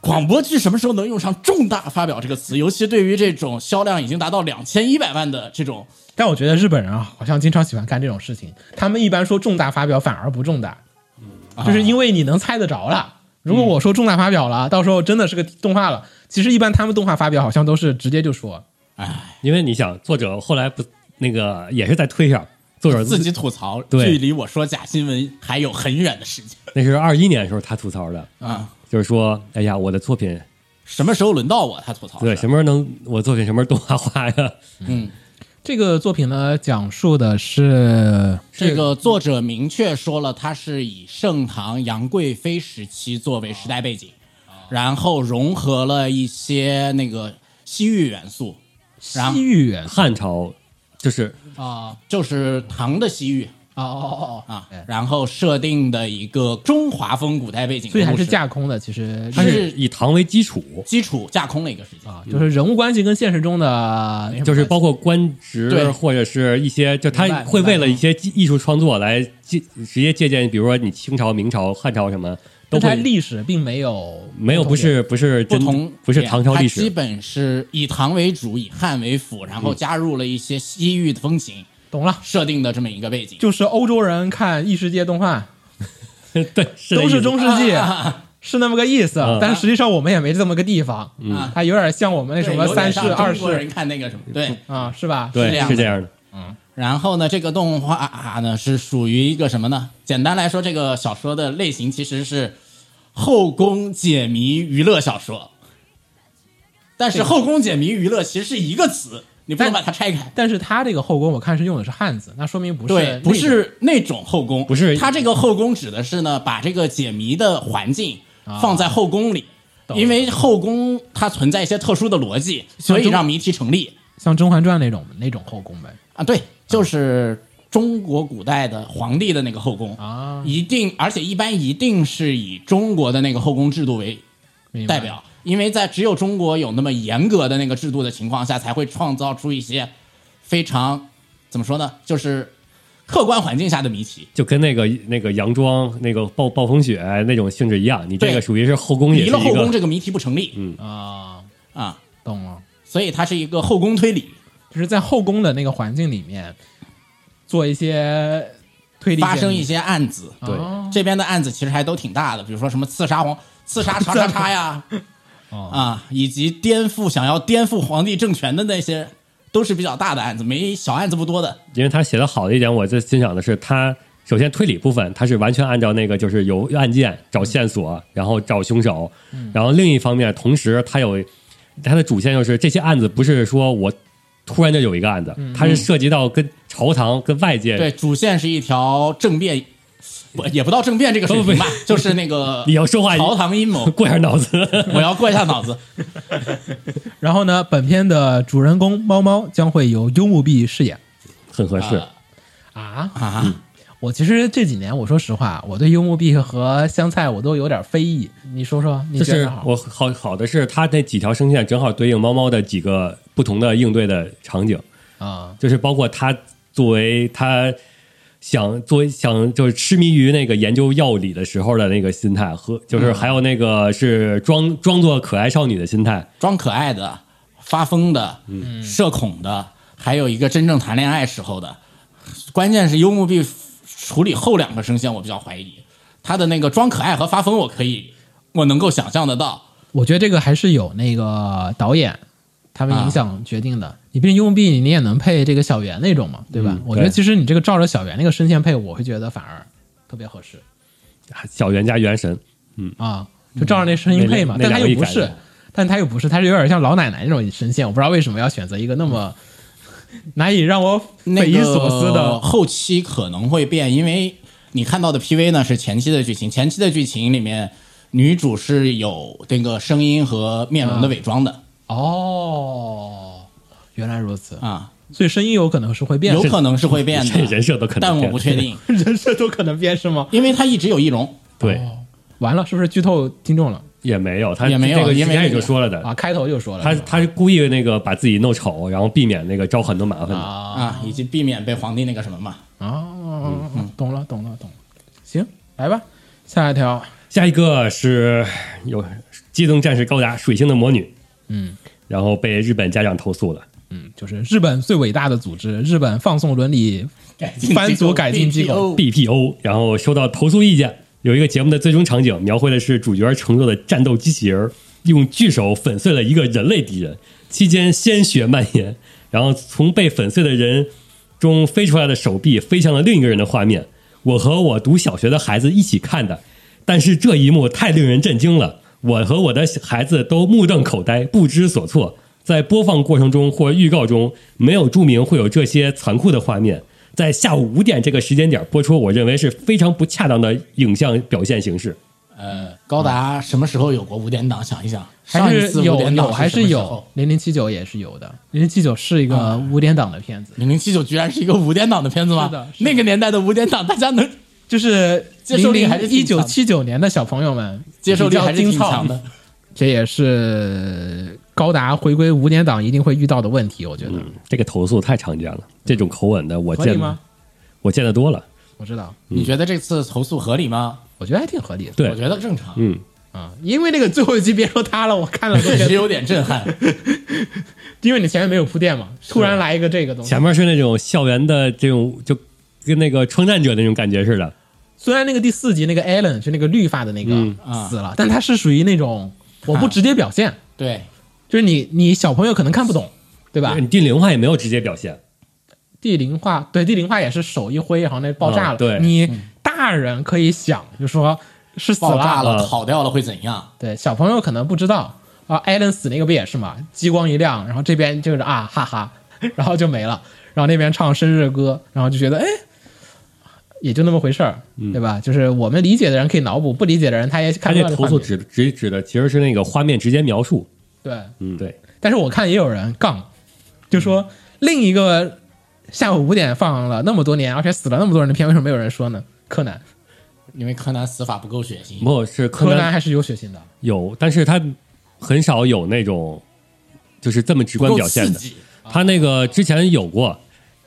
S4: 广播剧什么时候能用上“重大发表”这个词？尤其对于这种销量已经达到两千一百万的这种，
S3: 但我觉得日本人啊，好像经常喜欢干这种事情。他们一般说重大发表，反而不重大，
S4: 嗯
S3: 就是因为你能猜得着了。
S4: 啊
S3: 如果我说重大发表了，到时候真的是个动画了。其实一般他们动画发表好像都是直接就说，
S4: 哎
S1: 因为你想，作者后来不那个也是在推上，作者
S4: 自己吐槽，
S1: 对
S4: 距离我说假新闻还有很远的时间
S1: 那是二一年的时候他吐槽的，
S4: 啊！
S1: 就是说，哎呀，我的作品
S4: 什么时候轮到我？他吐槽
S1: 对
S4: 是
S1: 什么时候能我作品什么时候动画化呀？
S4: 嗯，
S3: 这个作品呢讲述的是
S4: 这个作者明确说了，他是以盛唐杨贵妃时期作为时代背景，
S3: 哦
S4: 然后融合了一些那个西域元素然后
S3: 西域元素
S1: 汉朝就是
S3: 啊
S4: 就是唐的西域
S3: 哦哦哦哦
S4: 啊，然后设定的一个中华风古代背景的故
S3: 所
S4: 事，
S3: 以还是架空的。其实
S1: 它
S4: 是
S1: 是以唐为基础，
S4: 基础架空的一个事情。
S3: 啊，就是人物关系跟现实中的
S1: 就是包括官职
S4: 对
S1: 或者是一些，就
S4: 明白嗯
S1: 他会为了一些艺术创作来借直接借鉴，比如说你清朝、明朝、汉朝什么都
S3: 但它
S1: 会。
S3: 历史并没有
S1: 没有，不是不是
S4: 不
S1: 真
S4: 同
S1: 不是
S4: 点
S1: 唐朝历
S4: 它基
S1: 史，
S4: 本是以唐为主，以汉为辅，然
S3: 嗯
S4: 后加入了一些西域的风情
S3: 懂了，
S4: 设定的这么一个背景。
S3: 就是欧洲人看异世界动画，
S1: *laughs* 对，是
S3: 都
S1: 这意
S3: 是
S1: 思啊
S3: 中世纪，
S4: 啊 *laughs*
S3: 是那么个意思
S1: 嗯。
S3: 但实际上我们也没这么个地方，啊
S4: 嗯
S3: 它有点像我们那
S4: 对
S3: 什么
S4: 有点
S3: 三世、
S4: 像
S3: 二
S4: 中国人
S3: 世
S4: 看那个什么对。
S3: 啊，是吧？
S1: 对
S4: 是这样的
S1: 是这样的，
S4: 然后呢，这个动画啊呢是属于一个什么呢？简单来说，这个小说的类型其实是后宫解谜娱乐小说，但是后宫解谜娱乐其实是一个词，你不能把它拆开。
S3: 但是它这个后宫，我看是用的是汉字，那说嗯明不是
S4: 对，不是那种后宫，
S1: 不是
S4: 它这个后宫指的是呢，把这个解谜的环境放在后宫里，
S3: 啊懂了
S4: 因为后宫它存在一些特殊的逻辑，所以让谜题成立
S3: 像《甄嬛传》那种那种后宫呗。
S4: 啊。对，就是中国古代的皇帝的那个后宫
S3: 啊
S4: 一定，而且一般一定是以中国的那个后宫制度为
S3: 明白
S4: 代表，因为在只有中国有那么严格的那个制度的情况下，才会创造出一些非常怎么说呢，就是客观环境下的谜题。
S1: 就跟那个那个洋装那个暴暴风雪那种性质一样，你这
S4: 对
S1: 个属于是后
S3: 嗯
S1: 宫也
S4: 离
S1: 是
S4: 了
S1: 一
S4: 后宫
S1: 个，
S4: 这个谜题不成立，
S3: 啊，
S4: 啊，
S3: 懂了，
S4: 所以它是一个后宫推理，
S3: 就是在后宫的那个环境里面做一些推理解
S4: 发
S3: 谜，
S4: 生一些案子。
S1: 对
S3: 啊
S4: 这边的案子其实还都挺大的，比如说什么刺杀皇、 *laughs* 刺杀叉叉叉呀，
S1: 哦
S4: 啊，以及颠覆想要颠覆皇帝政权的那些，都是比较大的案子，没小案子不多的。
S1: 因为他写的好的一点，我最欣赏的是他首先推理部分，他是完全按照那个就是有案件找线索，然后找凶手，
S4: 嗯
S1: 然后另一方面，同时他有他的主线就是这些案子不是说我突然就有一个案子，它是涉及到跟朝堂跟外界
S4: 嗯对，主线是一条政变，不也不到政变这个水平吧，就是那个
S1: 你要说话，
S4: 朝堂阴谋
S1: *laughs* 过一下脑
S4: *laughs*
S1: 子，
S4: 我要过一下脑子。
S3: 然后呢，本片的主人公猫猫将会由幽木碧饰演
S1: 很合适。
S3: 啊。
S4: 啊，
S3: 我其实这几年，我说实话，我对幽木碧和香菜我都有点非议。你说说，你
S1: 就
S3: 觉
S1: 是
S3: 得好？
S1: 我好好的是，它那几条声线正好对应猫猫的几个不同的应对的场景，
S3: 啊、
S1: 就是包括它作为它想做想就是痴迷于那个研究药理的时候的那个心态和就是还有那个是装装作可爱少女的心态，
S4: 装可爱的、发疯的、社恐的，还有一个真正谈恋爱时候的。关键是幽默币处理后两个声线，我比较怀疑他的那个装可爱和发疯，我可以，我能够想象得到。
S3: 我觉得这个还是有那个导演他们影响决定的。你毕竟用币，你也能配这个小圆那种嘛，对吧？
S1: 嗯
S3: 我觉得
S1: 对
S3: 其实你这个照着小圆那个声线配，我会觉得反而特别合适
S1: 小圆加元神，
S3: 啊，就照着那声音配嘛。
S1: 嗯那
S3: 但他
S1: 那两个
S3: 又
S1: 一
S3: 不
S1: 改
S3: 是
S1: 的，
S3: 但他又不是，他是有点像老奶奶那种声线。我不知道为什么要选择一个那么
S1: 嗯
S3: 难以让我
S4: 那
S3: 匪夷所思
S4: 个
S1: 哦
S3: 的。
S4: 后期可能会变，因为你看到的 PV 呢是前期的剧情，前期的剧情里面女主是有这个声音和面容的伪装的
S3: 哦，原来如此，
S4: 啊，
S3: 所以声音有可能是会变，
S4: 有可能是会变
S1: *laughs* 这人
S4: 的，
S1: 设都可能
S4: 但我
S1: 变
S4: 不确定，
S3: *laughs* 人设都可能变是吗？
S4: 因为她一直有易容，
S1: 对、
S3: 完了，是不是剧透听众了
S1: 也没有他
S4: 也没有
S1: 这个
S4: 因
S1: 之
S4: 为
S1: 前也就说了的，
S3: 啊？开头就说了
S1: 他
S3: 是吧
S1: 他是故意那个把自己弄丑，然后避免那个招很多麻烦的。
S3: 啊
S4: 啊，以及避免被皇帝那个什么嘛。
S1: 嗯
S3: 啊，懂了，懂了，懂了。行，来吧，下一条。
S1: 下一个是有机动战士高达水星的魔女，
S3: 嗯，
S1: 然后被日本家长投诉了。
S3: 嗯，就是日本最伟大的组织——日本放送伦理
S4: 改进机构
S3: 番组 *laughs* 改进机构
S4: BPO
S1: BPO，然后收到投诉意见。有一个节目的最终场景描绘的是主角乘坐的战斗机器人儿用巨手粉碎了一个人类敌人，期间鲜血蔓延，然后从被粉碎的人中飞出来的手臂飞向了另一个人的画面。我和我读小学的孩子一起看的，但是这一幕太令人震惊了，我和我的孩子都目瞪口呆，不知所措。在播放过程中或预告中没有注明会有这些残酷的画面，在下午五点这个时间点播出，我认为是非常不恰当的影像表现形式。
S4: 呃，高达什么时候有过五点档？想一想，
S3: 还
S4: 上一
S3: 是
S4: 次五
S3: 有
S4: 点
S3: 有
S4: 档
S3: 还
S4: 是
S3: 是有零零七九也是有的，零零七九是一
S4: 啊
S3: 个五点档的片子，
S4: 零零七九居然是一个五点档的片子吗？
S3: 是的是的
S4: 那个年代的五点档，大家能
S3: 就是
S4: 接受力还是
S3: 一
S4: 挺强
S3: 九
S4: 的
S3: 七九年的小朋友们
S4: 接受力还是
S3: 比
S4: 挺
S3: 较惊诧
S4: 强的。
S3: 这也是高达回归五点档一定会遇到的问题，我觉得、
S1: 嗯，这个投诉太常见了，这种口吻的我
S3: 合理
S1: 见
S3: 吗？
S1: 我见得多了。
S3: 我知道，
S4: 你觉得这次投诉合理吗？
S3: 我觉得还挺合理的。
S1: 嗯对
S4: 我，觉得正常，
S1: 嗯，
S3: 啊、因为那个最后一集别说他了，我看了都
S4: 确
S3: 觉
S4: 实 *laughs*
S3: 得，
S4: 有点震
S1: *laughs*
S4: 撼。
S3: 因为你前面没有铺垫嘛，突然来一个这个东西。
S1: 前面是那种校园的这种，就跟那个创战者那种感觉似的。
S3: 虽然那个第四集那个 Allen 就那个绿发的那个、
S1: 嗯
S4: 啊
S3: 死了，但他是属于那种我不
S4: 啊
S3: 直接表现，
S4: 对，
S3: 就是你你小朋友可能看不懂，对吧
S1: 你？地灵化也没有直接表现，
S3: 地灵化对地灵化也是手一挥，好像那爆炸了。
S1: 嗯对
S3: 你大人可以想，就说是死
S4: 爆炸
S1: 啊
S4: 了，跑掉了会怎样？
S3: 对，小朋友可能不知道啊，艾伦死那个不也是嘛？激光一亮，然后这边就是啊哈哈， *laughs* 然后就没了，然后那边唱生日歌，然后就觉得哎，也就那么回事儿，对吧？就是我们理解的人可以脑补，不理解的人他也看
S1: 他
S3: 不
S1: 这
S3: 到这
S1: 投
S3: 画
S1: 诉
S3: 面。
S1: 指指指的其实是那个画面直接描述。
S3: 对，
S1: 嗯，对，
S3: 但是我看也有人杠，就说另一个下午五点放了那么多年，而且死了那么多人的片，为什么没有人说呢？柯南，
S4: 因为柯南死法不够血腥，
S1: 不是柯
S3: 柯
S1: 南
S3: 南还是有血腥的，
S1: 有，但是他很少有那种就是这么直
S4: 不
S1: 观
S4: 够
S1: 表现
S4: 刺
S1: 的。
S4: 激。
S1: 他那个之前有过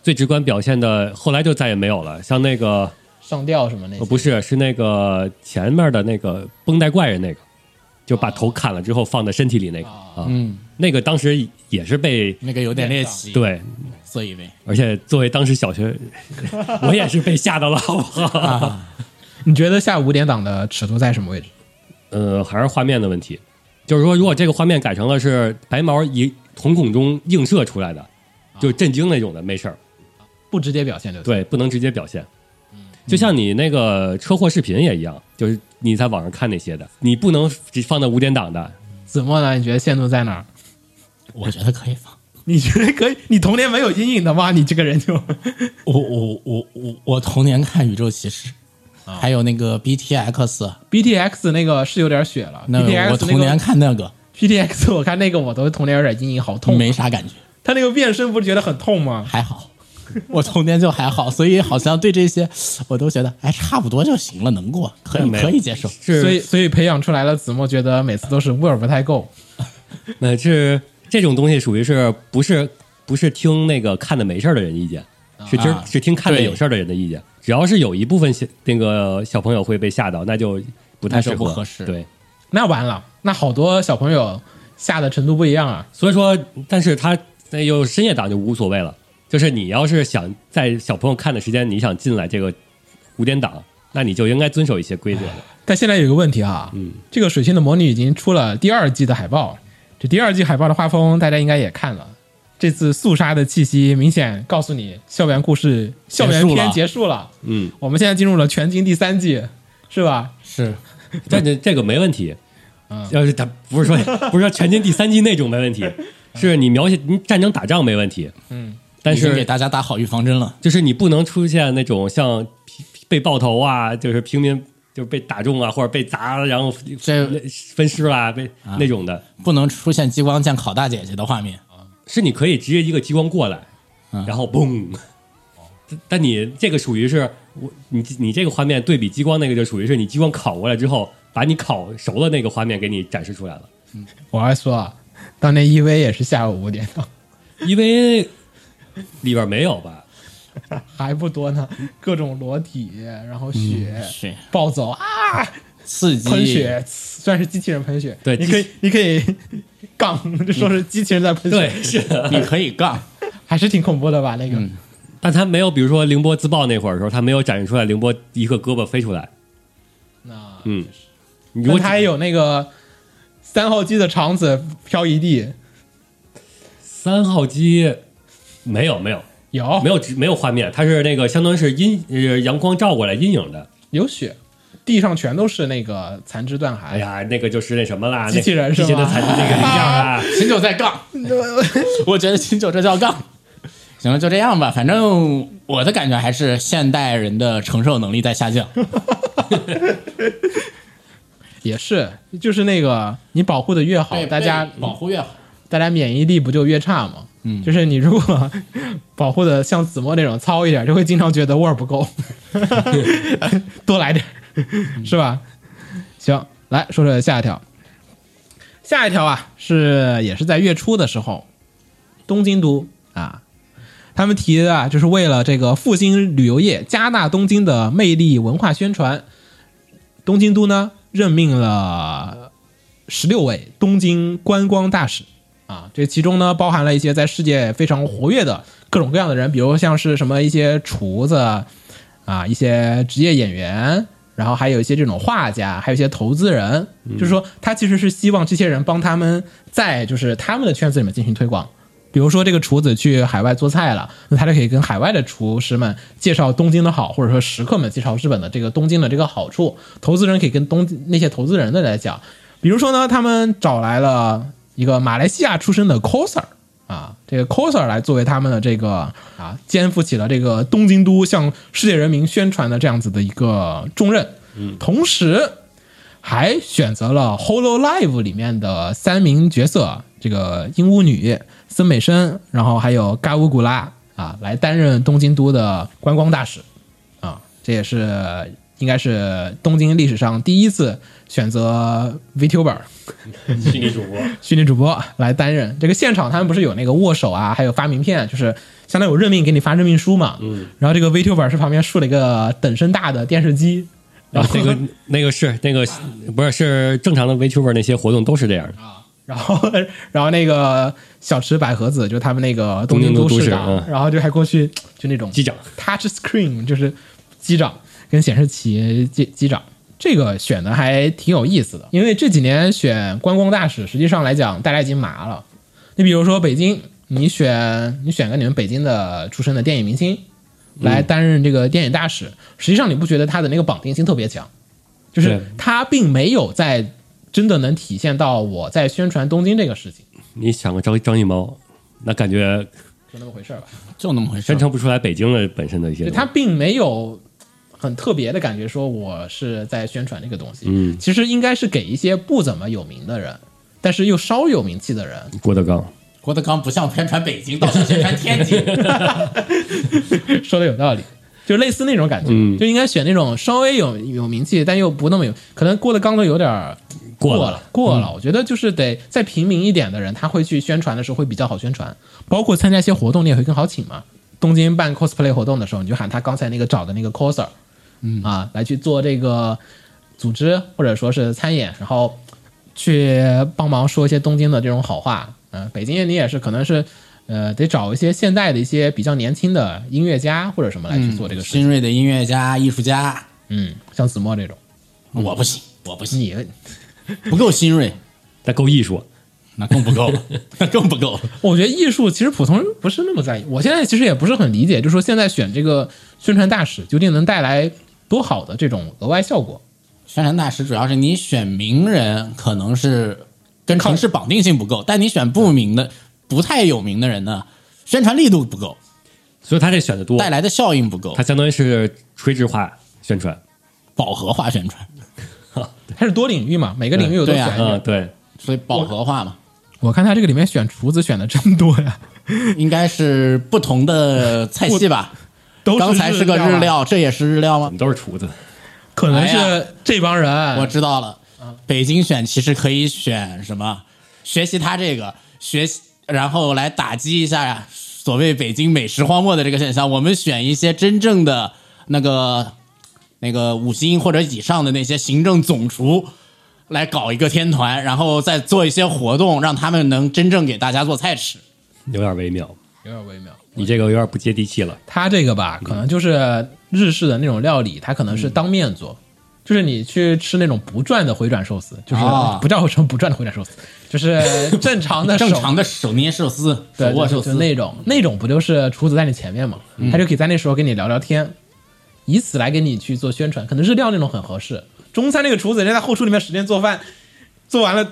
S1: 最直观表现的，后来就再也没有了。像那个
S3: 上吊什么那些
S1: 呃不是是那个前面的那个绷带怪人那个，就把头砍了之后放在身体里那个啊，
S4: 嗯，
S1: 那个当时也是被
S4: 那个有点猎奇，，
S1: 对，
S4: 所以呗，
S1: 而且作为当时小学， *laughs* 我也是被吓到了，好不
S4: 啊
S1: 好？
S3: 你觉得下午五点档的尺度在什么位置？
S1: 呃，还是画面的问题，就是说如果这个画面改成了是白毛一瞳孔中映射出来的，
S4: 啊
S1: 就震惊那种的，没事儿。
S3: 不直接表现就行。
S1: 对，不能直接表现。
S4: 嗯
S1: 就像你那个车祸视频也一样，就是你在网上看那些的，你不能只放在五点档的。
S3: 子墨呢？你觉得限度在哪儿？
S4: 我觉得可以放。
S3: 你觉得可以？你童年没有阴影的吗？ *laughs* 你这个人就
S4: 我我我我我童年看《宇宙骑士》，还有那个 BTX，
S3: BTX 那个是有点血了。
S4: 那
S3: BTX
S4: 我童
S3: *laughs*
S4: 年看那个
S3: 那个 BTX 我看那个我都童年有点阴影，好痛。
S4: 没啥感觉，
S3: 他那个变身不是觉得很痛吗？
S4: 还好。我童年就还好，所以好像对这些我都觉得，哎，差不多就行了，能过，可以
S1: 没有
S4: 可以接受。
S3: 所以
S1: 是，
S3: 所以培养出来了子墨觉得每次都是味儿不太够。
S1: 呃那是这种东西属于是不是不是听那个看的没事儿的人意见，是听、
S4: 啊
S1: 是听看的
S4: 对
S1: 有事儿的人的意见。只要是有一部分小那个小朋友会被吓到，那就不太
S4: 那
S1: 适
S4: 就
S1: 合，
S4: 不合适
S1: 对，
S3: 那完了，那好多小朋友吓的程度不一样啊。
S1: 所以说，但是他那有深夜档就无所谓了。就是你要是想在小朋友看的时间，你想进来这个五点档，那你就应该遵守一些规则
S3: *laughs*
S1: 的。
S3: 但现在有一个问题啊，嗯，这个《水星的魔女》已经出了第二季的海报，这第二季海报的画风大家应该也看了。这次肃杀的气息明显告诉你，校园故事、校园
S4: 结束
S3: 片
S4: 了
S3: 结束了。
S1: 嗯，
S3: 我们现在进入了全金第三季，是吧？
S4: 是
S1: 这这这个没问题。要是他不是说不是说全金第三季那种没问题，是你描写你战争打仗没问题。嗯，但
S4: 已经给
S1: 是
S4: 大家打好预防针了。
S1: 就是你不能出现那种像平被爆头啊，就是平民就是被打中啊，或者被砸了然后
S4: 这
S1: 分尸啦、被那种的。
S4: 不能出现激光剑烤大姐姐的画面。
S1: 是你可以直接一个激光过来，
S4: 嗯
S1: 然后嘣。但但你这个属于是我你你这个画面对比激光那个就属于是你激光烤过来之后，把你烤熟了那个画面给你展示出来了。
S3: 我还说啊，当年 EV 也是下午五点档，
S1: 因为里边没有
S4: *laughs*
S1: 吧？
S3: 还不多呢，各种裸体，然后血、
S4: 是
S3: 暴走啊，
S4: 刺激
S3: 喷血，虽然是机器人喷血，
S1: 对
S3: 你可以你可以 *laughs* 杠，就说是机器人在喷血，
S1: 对， *laughs* 是的，
S4: 你可以杠，
S3: 还是挺恐怖的吧？那个，
S1: 嗯但他没有，比如说凌波自爆那会儿的时候，他没有展示出来凌波一个胳膊飞出来。
S3: 那
S1: 嗯，如
S3: 如
S1: 果
S3: 果他也有那个三号机的肠子飘一地，
S1: 三号机没有没有
S3: 有
S1: 没有没有画面，它是那个相当于是阴呃阳光照过来阴影的。
S3: 有血，地上全都是那个残肢断
S1: 哎
S3: 骸。
S1: 呀，那个就是那什么啦，
S3: 机器人是吧
S1: 那机器人才是那个样啊。
S3: *laughs*
S4: 秦九在杠，我觉得秦九这叫杠。行了，就这样吧。反正我的感觉还是现代人的承受能力在下降。
S3: 也是，就是那个你保护的越好，大家
S4: 被保护越好，
S3: 大家免疫力不就越差吗？嗯，就是你如果保护的像子墨那种糙一点，就会经常觉得味儿不够，多来点儿，是吧？行，来说说下一条。下一条啊，是也是在月初的时候，东京都啊，他们提的啊，就是为了这个复兴旅游业，加大东京的魅力文化宣传。东京都呢，任命了十六位东京观光大使啊，这其中呢包含了一些在世界非常活跃的各种各样的人，比如像是什么一些厨子啊，一些职业演员，然后还有一些这种画家，还有一些投资人，就是说他其实是希望这些人帮他们在就是他们的圈子里面进行推广。比如说这个厨子去海外做菜了，那他就可以跟海外的厨师们介绍东京的好，或者说食客们介绍日本的这个东京的这个好处。投资人可以跟东那些投资人的来讲，比如说呢，他们找来了一个马来西亚出生的 coser 啊，这个 coser 来作为他们的这个啊，肩负起了这个东京都向世界人民宣传的这样子的一个重任。嗯，同时还选择了《Holo Live》里面的三名角色，这个鹦鹉女、森美生，然后还有嘎乌古拉啊，来担任东京都的观光大使啊，这也是应该是东京历史上第一次选择
S1: *laughs*
S3: VTuber
S1: 虚拟主
S3: *laughs*
S1: 播，
S3: 虚拟主播来担任。这个现场他们不是有那个握手啊，还有发名片，就是相当于有任命给你发任命书嘛。嗯。然后这个 VTuber 是旁边竖了一个等身大的电视
S1: *laughs*
S3: 机，然
S1: 然
S3: 后
S1: 后那个那个是那个不是是正常的 VTuber 那些活动都是这样的，
S3: *laughs* 啊然后然后那个小池百合子就他们那个东京
S1: 东京都
S3: 市
S1: 市
S3: 长，
S1: 嗯
S3: 然后就还过去就那种
S1: 机长
S3: touch screen 就是机长跟显示器机机长，这个选的还挺有意思的，因为这几年选观光大使，实际上来讲大家已经麻了。你比如说北京，你选你选个你们北京的出身的电影明星来担任这个电影大使，实际上你不觉得他的那个绑定性特别强，就是
S1: 对
S3: 他并没有在真的能体现到我在宣传东京这个事情，
S1: 你想个张张艺谋，那感觉
S3: 就那么回事儿吧。
S4: 就那么回事
S1: 宣。传不出来北京的本身的一些
S3: 就
S1: 东西。
S3: 他并没有很特别的感觉，说我是在宣传这个东西。
S1: 嗯，
S3: 其实应该是给一些不怎么有名的人，但是又稍有名气的人。 *laughs*
S1: 郭德纲，
S4: 郭德纲不像宣传北京，倒是宣传天 *laughs* 津。
S3: 说的有道理，就类似那种感觉，
S1: 嗯
S3: 就应该选那种稍微有有名气，但又不那么有，可能郭德纲都有点儿
S1: 过
S3: 了嗯
S1: 了，
S3: 过了。我觉得就是得再平民一点的人，他会去宣传的时候会比较好宣传，包括参加一些活动，你也会更好请嘛。东京办 cosplay 活动的时候，你就喊他刚才那个找的那个 coser，嗯啊，来去做这个组织或者说是参演，然后去帮忙说一些东京的这种好话。嗯、北京你也是可能是呃得找一些现代的一些比较年轻的音乐家或者什么来
S4: 嗯
S3: 去做这个事情。
S4: 新锐的音乐家、艺术家，
S3: 嗯，像子墨这种，
S4: 我不行，我不行，
S3: 你
S4: 嗯不够新锐，
S1: 那够艺术。
S4: 那更不够了， *laughs* 那更不够了。
S3: 我觉得艺术其实普通人不是那么在意。我现在其实也不是很理解，就是说现在选这个宣传大使究竟能带来多好的这种额外效果？
S4: 宣传大使主要是你选名人，可能是跟城市绑定性不够，但你选不明的、不太有名的人呢，宣传力度不够，
S1: 所以他这选的多，
S4: 带来的效应不够
S1: 他，相当于是垂直化宣传。
S4: 饱和化宣传，
S3: 它是多领域嘛，每个领域有多
S4: 对啊
S3: 选一点。
S1: 嗯，对，
S4: 所以饱和化嘛，
S3: 我看他这个里面选厨子选的真多
S4: *laughs*
S3: 呀，
S4: 应该是不同的菜系吧。
S3: 都
S4: 刚才是个
S3: 日
S4: 日，料，哎这也啊是日料吗
S1: 我？们都是厨子。
S3: 可能
S4: 哎
S3: 是这帮人。
S4: 我知道了，
S3: 嗯
S4: 北京选其实可以选什么？学习他这个学习，然后来打击一下所谓北京美食荒漠的这个现象。我们选一些真正的那个那个五星或者以上的那些行政总厨来搞一个天团，然后再做一些活动，让他们能真正给大家做菜吃。
S1: 有点微妙，
S3: 有点微妙。
S1: 你这个有点不接地气了。
S3: 他这个吧，可能就是日式的那种料理，它可
S4: 嗯
S3: 能是当面做，就是你去吃那种不转的回转寿司，就是
S4: 啊
S3: 不叫什么不转的回转寿司，就是
S4: *laughs*
S3: 正常的
S4: 正
S3: 手
S4: 常的手捏寿司、手
S3: 对，
S4: 握寿
S3: 就就
S4: 司，嗯
S3: 那种那种不就是厨子在你前面嘛，他就可以在那时候跟你聊聊天，以此来给你去做宣传。可能日料那种很合适，中餐那个厨子人家在后厨里面使劲做饭，做完了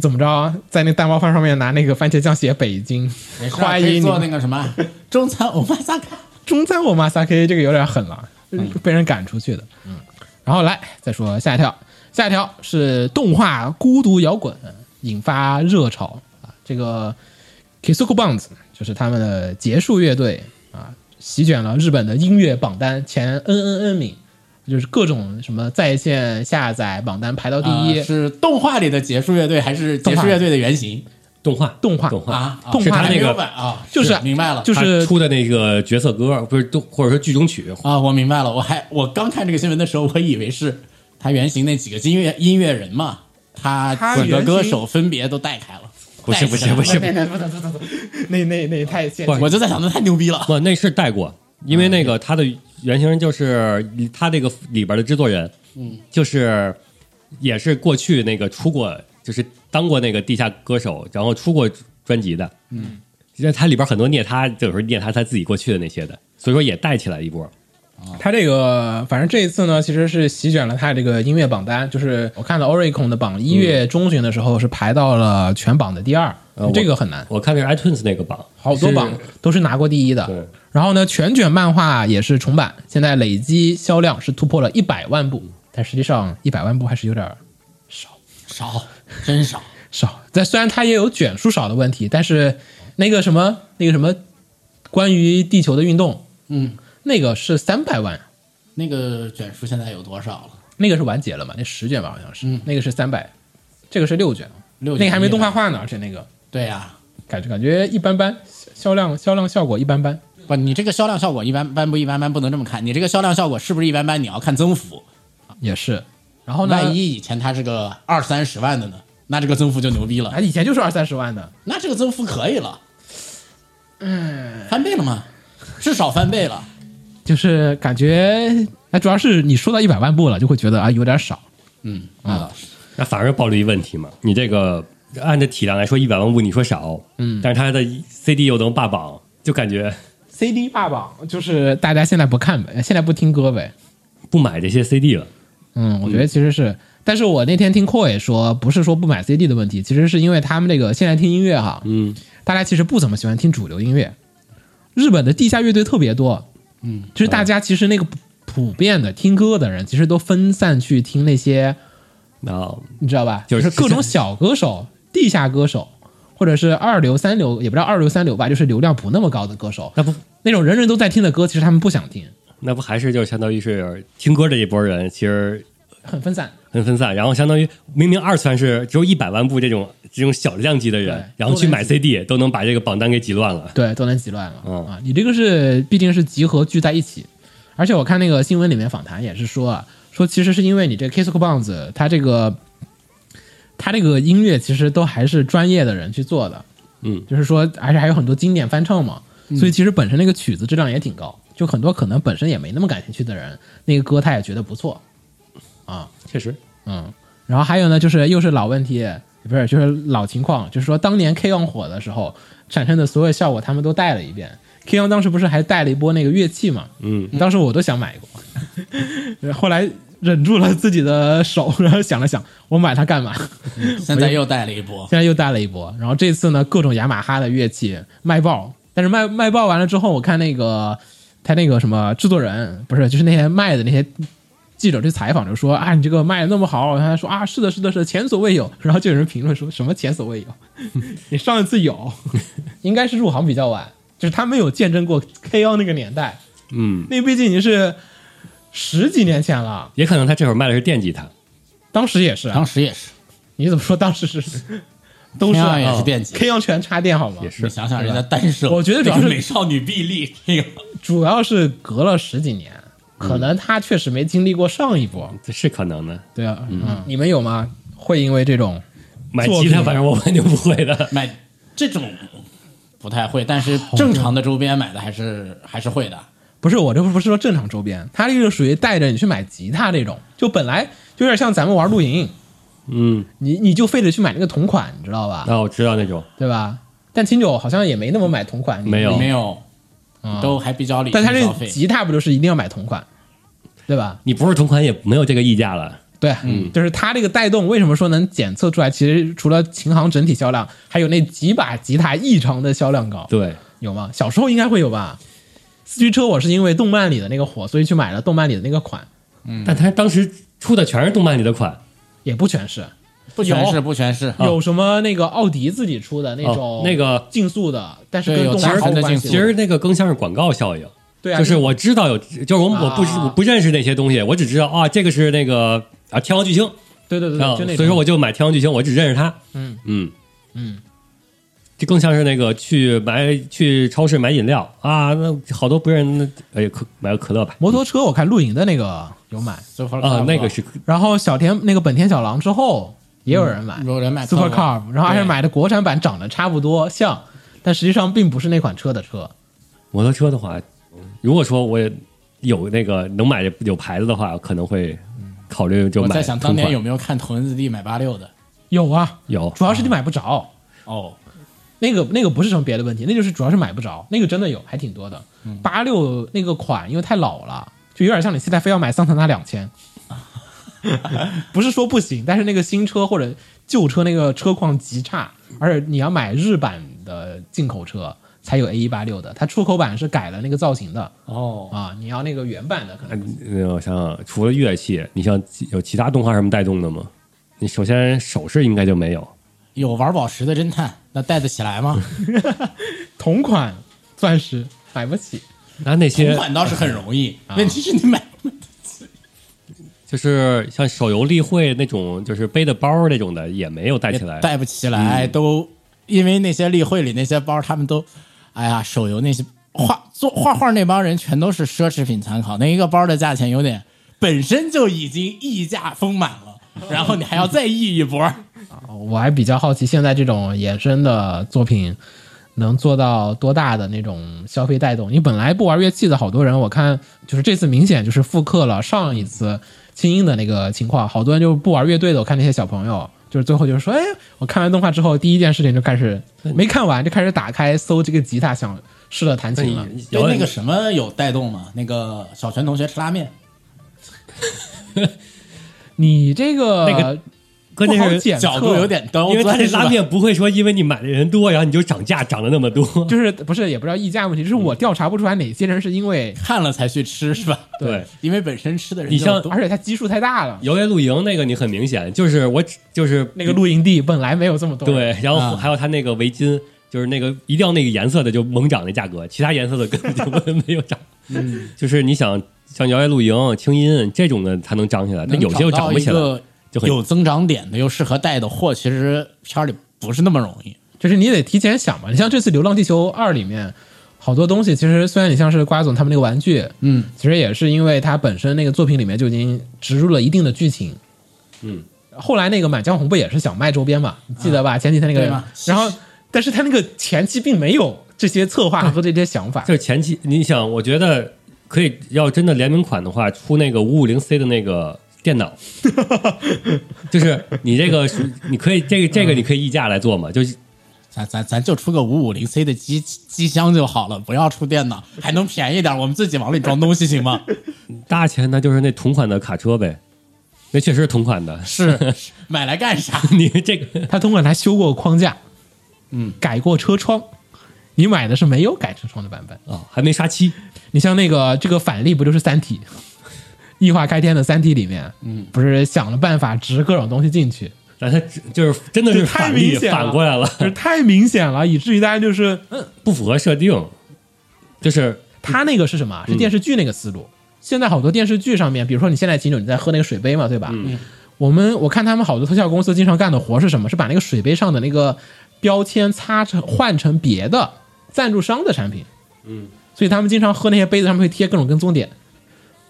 S3: 怎么着啊，在那蛋包饭上面拿那个番茄酱写北京，
S4: 啊可
S3: 欢
S4: 以
S3: 迎
S4: 做
S3: 你。
S4: 那个什么中餐欧巴萨卡。
S3: 中餐我妈撒 K 这个有点狠了，被人赶出去的。嗯，然后来再说下一条，下一条是动画《孤独摇滚》引发热潮啊，这个 Kisuko Bands 就是他们的结束乐队啊，席卷了日本的音乐榜单前 N N N 名，就是各种什么在线下载榜单排到第一，
S4: 呃是动画里的结束乐队还是结束乐队的原型
S1: 动画，
S3: 动画
S1: 动画
S4: 啊？啊
S3: 动画
S1: 是他
S4: 还
S1: 那
S4: 没
S1: 个
S4: 有版啊，
S3: 就是
S4: 是明白了，
S3: 就
S1: 他
S3: 是
S1: 出的那个角色歌，不是都或者说剧中曲，
S4: 啊，我明白了。我还我刚看这个新闻的时候，我以为是他原型那几个音乐音乐人嘛，他
S3: 他
S4: 整个
S3: 原型
S4: 歌手分别都带开了。
S1: 不是不
S4: 带起
S1: 是
S4: 来
S1: 不
S4: 了
S1: 是，
S3: 那那那太现
S1: 不是
S4: *laughs* 我就在想，那太牛逼了。
S1: *laughs* 不，那是带过，因为那个他的原型人就是他这个里边的制作人，嗯，就是也是过去那个出过，就是当过那个地下歌手，然后出过专辑的，嗯，因为他里边很多念他，有时候念他他自己过去的那些的，所以说也带起来一波。
S3: 他这个，反正这一次呢，其实是席卷了他这个音乐榜单。就是
S1: 哦
S3: 我看到 Oricon 的榜，一月中旬的时候是排到了全榜的第二，
S1: 嗯呃我
S3: 这个很难，
S1: 我看的是 iTunes 那个榜，
S3: 好多
S1: 是
S3: 榜都是拿过第一的
S1: 对。
S3: 然后呢，全卷漫画也是重版，现在累积销量是突破了一百万
S1: 嗯
S3: 部，但实际上一百万部还是有点
S4: 少，真少。
S3: 少。但虽然它也有卷数少的问题，但是那个什么那个什么，关于地球的运动，
S4: 嗯，
S3: 那个是三百万，
S4: 那个卷数现在有多少了？
S3: 那个是完结了嘛？那十卷吧，好像是，
S4: 嗯
S3: 那个是三百，这个是六卷，
S4: 六
S3: 那个还没
S4: 卷
S3: 动画化呢，而且那个
S4: 对呀、
S3: 感觉感觉一般般，销量销量效果一般般。
S4: 不，你这个销量效果一般般不一般般，不能这么看。你这个销量效果是不是一般般？你要看增幅。
S3: 也是。然后呢？
S4: 万一以前它是个二三十万的呢，那这个增幅就牛逼了。
S3: 啊，以前就是二三十万的，
S4: 那这个增幅可以了，嗯，翻倍了吗？至少翻倍了。
S3: 就是感觉，那主要是你说到一百万部了，就会觉得啊有点少。
S4: 嗯，那倒是。
S1: 那反而暴露一问题嘛，你这个按照体量来说一百万部，你说少，嗯，但是他的 CD 又能霸榜，就感觉
S3: CD 霸榜就是大家现在不看呗，现在不听歌呗。
S1: 不买这些 CD 了。
S3: 嗯，我觉得其实是，但是我那天听 Core 也说，不是说不买 CD 的问题，其实是因为他们这个现在听音乐哈，
S1: 嗯，
S3: 大家其实不怎么喜欢听主流音乐，日本的地下乐队特别多，嗯，就是大家其实那个普普遍的听歌的人，其实都分散去听那些，
S1: 然后
S3: 你知道吧？
S1: 就是
S3: 各种小歌手、地下歌手，或者是二流、三流，也不知道二流、三流吧，就是流量不那么高的歌手，
S1: 那不
S3: 那种人人都在听的歌，其实他们不想听，
S1: 那不还是就相当于是听歌这一波人，其实
S3: 很分散。
S1: 很分散，然后相当于明明二次元是只有一百万部这种这种小量级的
S3: 对
S1: 人，然后去买 CD 都能把这个榜单给挤乱了。
S3: 对，都能挤乱了、
S1: 嗯
S3: 啊！你这个是毕竟是集合聚在一起，而且我看那个新闻里面访谈也是说啊，说其实是因为你这 k i s s c o b o n s 它这个它这个音乐其实都还是专业的人去做的，
S1: 嗯，
S3: 就是说而且还有很多经典翻唱嘛，所以其实本身那个曲子质量也挺高，就很多可能本身也没那么感兴趣的人，那个歌他也觉得不错，啊
S1: 确实，
S3: 嗯，然后还有呢，就是又是老问题，不是就是老情况，就是说当年 K on 火的时候产生的所有效果，他们都带了一遍。K on 当时不是还带了一波那个乐器嘛？
S1: 嗯，
S3: 当时我都想买过， *laughs* 后来忍住了自己的手，然后想了想，我买它干嘛？嗯
S4: 现在又带了一波，
S3: 现在又带了一波，然后这次呢，各种雅马哈的乐器卖爆，但是卖卖爆完了之后，我看那个他那个什么制作人不是，就是那些卖的那些记者去采访，就说啊，你这个卖的那么好，他说啊，是的，是的，是的前所未有， *laughs* 然后就有人评论说什么前所未有， *laughs* 你上一次有， *laughs* 应该是入行比较晚，就是他没有见证过 KO 那个年代，
S1: 嗯，
S3: 那毕竟已经是十几年前了，
S1: 也可能他这会儿卖的是电吉他，
S3: 当时也是啊，
S4: 当时也是，
S3: 你怎么说当时是 *laughs* 都是啊
S4: K-On 也是电吉
S3: k o 全插电好吗？
S1: 也是
S4: 你想想人家单手，
S3: 我觉得主要是
S4: 这个美少女臂力，这个
S3: 主要是隔了十几年，可能他确实没经历过上一波。
S1: 这是可能的。
S3: 对啊，嗯，你们有吗？会因为这种
S1: 买
S3: 作
S1: 吉他，
S3: 品
S1: 反正我肯定不会的。
S4: 买这种不太会，但是正常的周边买的还是还是会的。
S3: 不是我这不是说正常周边，他这个属于带着你去买吉他这种，就本来就有点像咱们玩露营，
S1: 嗯，
S3: 你你就非得去买那个同款，你知道吧？
S1: 那我知道那种，
S3: 对吧？但秦九好像也没那么买同款，你
S1: 没有
S4: 没有，
S3: 嗯
S4: 都还比较理性
S3: 哦但他
S4: 消
S3: 这
S4: 费。
S3: 吉他不就是一定要买同款，对吧？
S1: 你不是同款也没有这个溢价了。
S3: 对，
S1: 嗯
S3: 就是它这个带动，为什么说能检测出来？其实除了琴行整体销量，还有那几把吉他异常的销量高，
S1: 对，
S3: 有吗？小时候应该会有吧。四驱车我是因为动漫里的那个火，所以去买了动漫里的那个款，嗯
S1: 但他当时出的全是动漫里的款，
S3: 也不全是，
S4: 不全是，不全是，
S3: 有什么那个奥迪自己出的那种、
S1: 哦那个
S3: 竞速的，但是
S4: 对
S3: 跟
S4: 有
S3: 动
S4: 杂
S3: 漫毫
S4: 谈
S3: 无
S4: 的
S3: 关
S4: 竞
S3: 系。
S4: 速
S1: 其实那个更像是广告效应。
S3: 对啊，
S1: 就是我知道有，就是我我不知
S3: 啊
S1: 我不认识那些东西，我只知道啊，这个是那个啊天王巨星
S3: 对对对
S1: 啊，
S3: 对，嗯就那种。
S1: 所以说我就买天王巨星，我只认识他。
S3: 嗯
S1: 嗯
S3: 嗯，
S1: 这更像是那个去买去超市买饮料啊，那好多不认那哎可买个可乐吧
S3: 摩托车我看露营的那个有买，
S1: 啊，那个是
S3: 然后小田那个本田小狼之后也有人买，
S4: 啊
S1: 嗯
S4: 有人买
S3: Super
S4: Turbo
S3: Car，然后还是
S4: 对
S3: 买的国产版，长得差不多像，但实际上并不是那款车的车。
S1: 摩托车的话，如果说我也有那个能买有牌子的话，可能会
S3: 嗯
S1: 考虑就
S4: 我
S1: 买
S4: 在
S1: 同款。
S4: 想当年有没有看《头文字 D》买八六的？
S3: 有啊，
S1: 有
S3: 主要是你买不着，
S4: 哦，
S3: 那个那个不是什么别的问题，那就是主要是买不着，那个真的有，还挺多的。八六那个款因为太老了，就有点像你现在非要买桑塔纳两千， *laughs* 不是说不行，但是那个新车或者旧车那个车况极差，而且你要买日版的进口车才有 A 一八六的，它出口版是改了那个造型的
S4: 哦，
S3: 啊，你要那个原版的可能。
S1: 嗯，我想想，除了乐器，你像有其他动画什么带动的吗？你首先首饰应该就没有，
S4: 有玩宝石的侦探，那带得起来吗？
S1: 嗯
S3: *laughs* 同款钻石买不起，
S1: 那那
S4: 同
S1: 些
S4: 款倒是很容
S1: *laughs*
S4: 易，
S1: 啊
S4: 问题是你买不买
S1: 就是像手游例会那种，就是背的包那种的也没有带
S4: 也
S1: 起来。嗯
S4: 带不起来，都因为那些例会里那些包，他们都，哎呀，手游那些画做画画那帮人全都是奢侈品参考，那一个包的价钱有点本身就已经溢价丰满
S1: *laughs*
S4: 了，然后你还要再溢一波，
S3: 啊我还比较好奇，现在这种衍生的作品能做到多大的那种消费带动？你本来不玩乐器的好多人，我看就是这次明显就是复刻了上一次轻音的那个情况，好多人就不玩乐队的。我看那些小朋友，就是最后就是说，哎，我看完动画之后，第一件事情就开
S1: *laughs*
S3: 始没看完就开始打开搜这个吉他，想试着弹琴了。
S4: 对
S1: 嗯有
S4: 哎那个什么有带动吗？那个小泉同学吃拉
S1: *laughs*
S4: 面，
S3: 你这个
S1: *laughs* 那个关
S3: 不好
S1: 键是
S3: 检测
S4: 角度有点高，
S1: 因为他这
S4: 钻是吧
S1: 拉面不会说，因为你买的人多，然后你就涨价涨了那么多。
S3: 就是不是也不知道溢价问题，就是我调查不出来哪些人是因为
S4: 看了才去吃是吧？
S1: 对，
S4: 因为本身吃的人
S1: 你
S4: 就
S1: 像
S4: 多
S3: 而且它基数太大了。
S1: 游园露营那个你很明显，就是我只就是
S3: 那个露营地本来没有这么多，，
S1: 对，然后
S4: 啊
S1: 还有他那个围巾，就是那个一定要那个颜色的就猛涨那价格，其他颜色的根本就没有 *laughs* 涨。嗯，就是你想像摇曳露营、轻音这种的，它能涨起来，但有些又涨不起来，
S4: 能找到一个
S1: 就很
S4: 有增长点的又适合带的货，其实片儿里不是那么容易。
S3: 就是你得提前想嘛。你像这次《流浪地球二》里面，好多东西其实虽然你像是瓜总他们那个玩具，
S4: 嗯，
S3: 其实也是因为它本身那个作品里面就已经植入了一定的剧情，嗯。后来那个《满江红》不也是想卖周边嘛？你记得吧？前几天那
S4: 对
S3: 个
S4: 嘛，
S3: 然后但是他那个前期并没有这些策划和这些想法，
S1: 就是前期你想，我觉得可以要真的联名款的话，出那个五五零 C 的那个
S3: *laughs*
S1: 电脑，就是你这个属你可以这个这个你可以溢价来做嘛，就是
S4: 咱咱咱就出个五五零 C 的机机箱就好了，不要出电脑，还能便宜点，我们自己往里装东西行吗？
S1: 大钱那就是那同款的卡车呗，那确实 *laughs* 是同款的。 *laughs*
S4: *laughs* 是，买来干啥？
S1: 你这个
S3: 他通过来修过框架，嗯，改过车窗。你买的是没有改车窗的版本。
S1: 哦，还没刷漆，
S3: 你像那个这个反例不就是《三体》 *laughs* 异化开天的《三体》里面，嗯，不是想了办法植各种东西进去，
S1: 但他只就是真的是
S3: 这太
S1: 反例
S3: 明显了
S1: 反过来了，
S3: 就是太明显了，以至于大家就是，嗯，
S1: 不符合设定，就是
S3: 他那个是什么啊？是电视剧那个思路。现在好多电视剧上面，比如说你现在秦九你在喝那个水杯嘛，对吧？嗯。我们我看他们好多特效公司经常干的活是什么？是把那个水杯上的那个标签擦成换成别的赞助商的产品。嗯。所以他们经常喝那些杯子上面会贴各种跟踪点，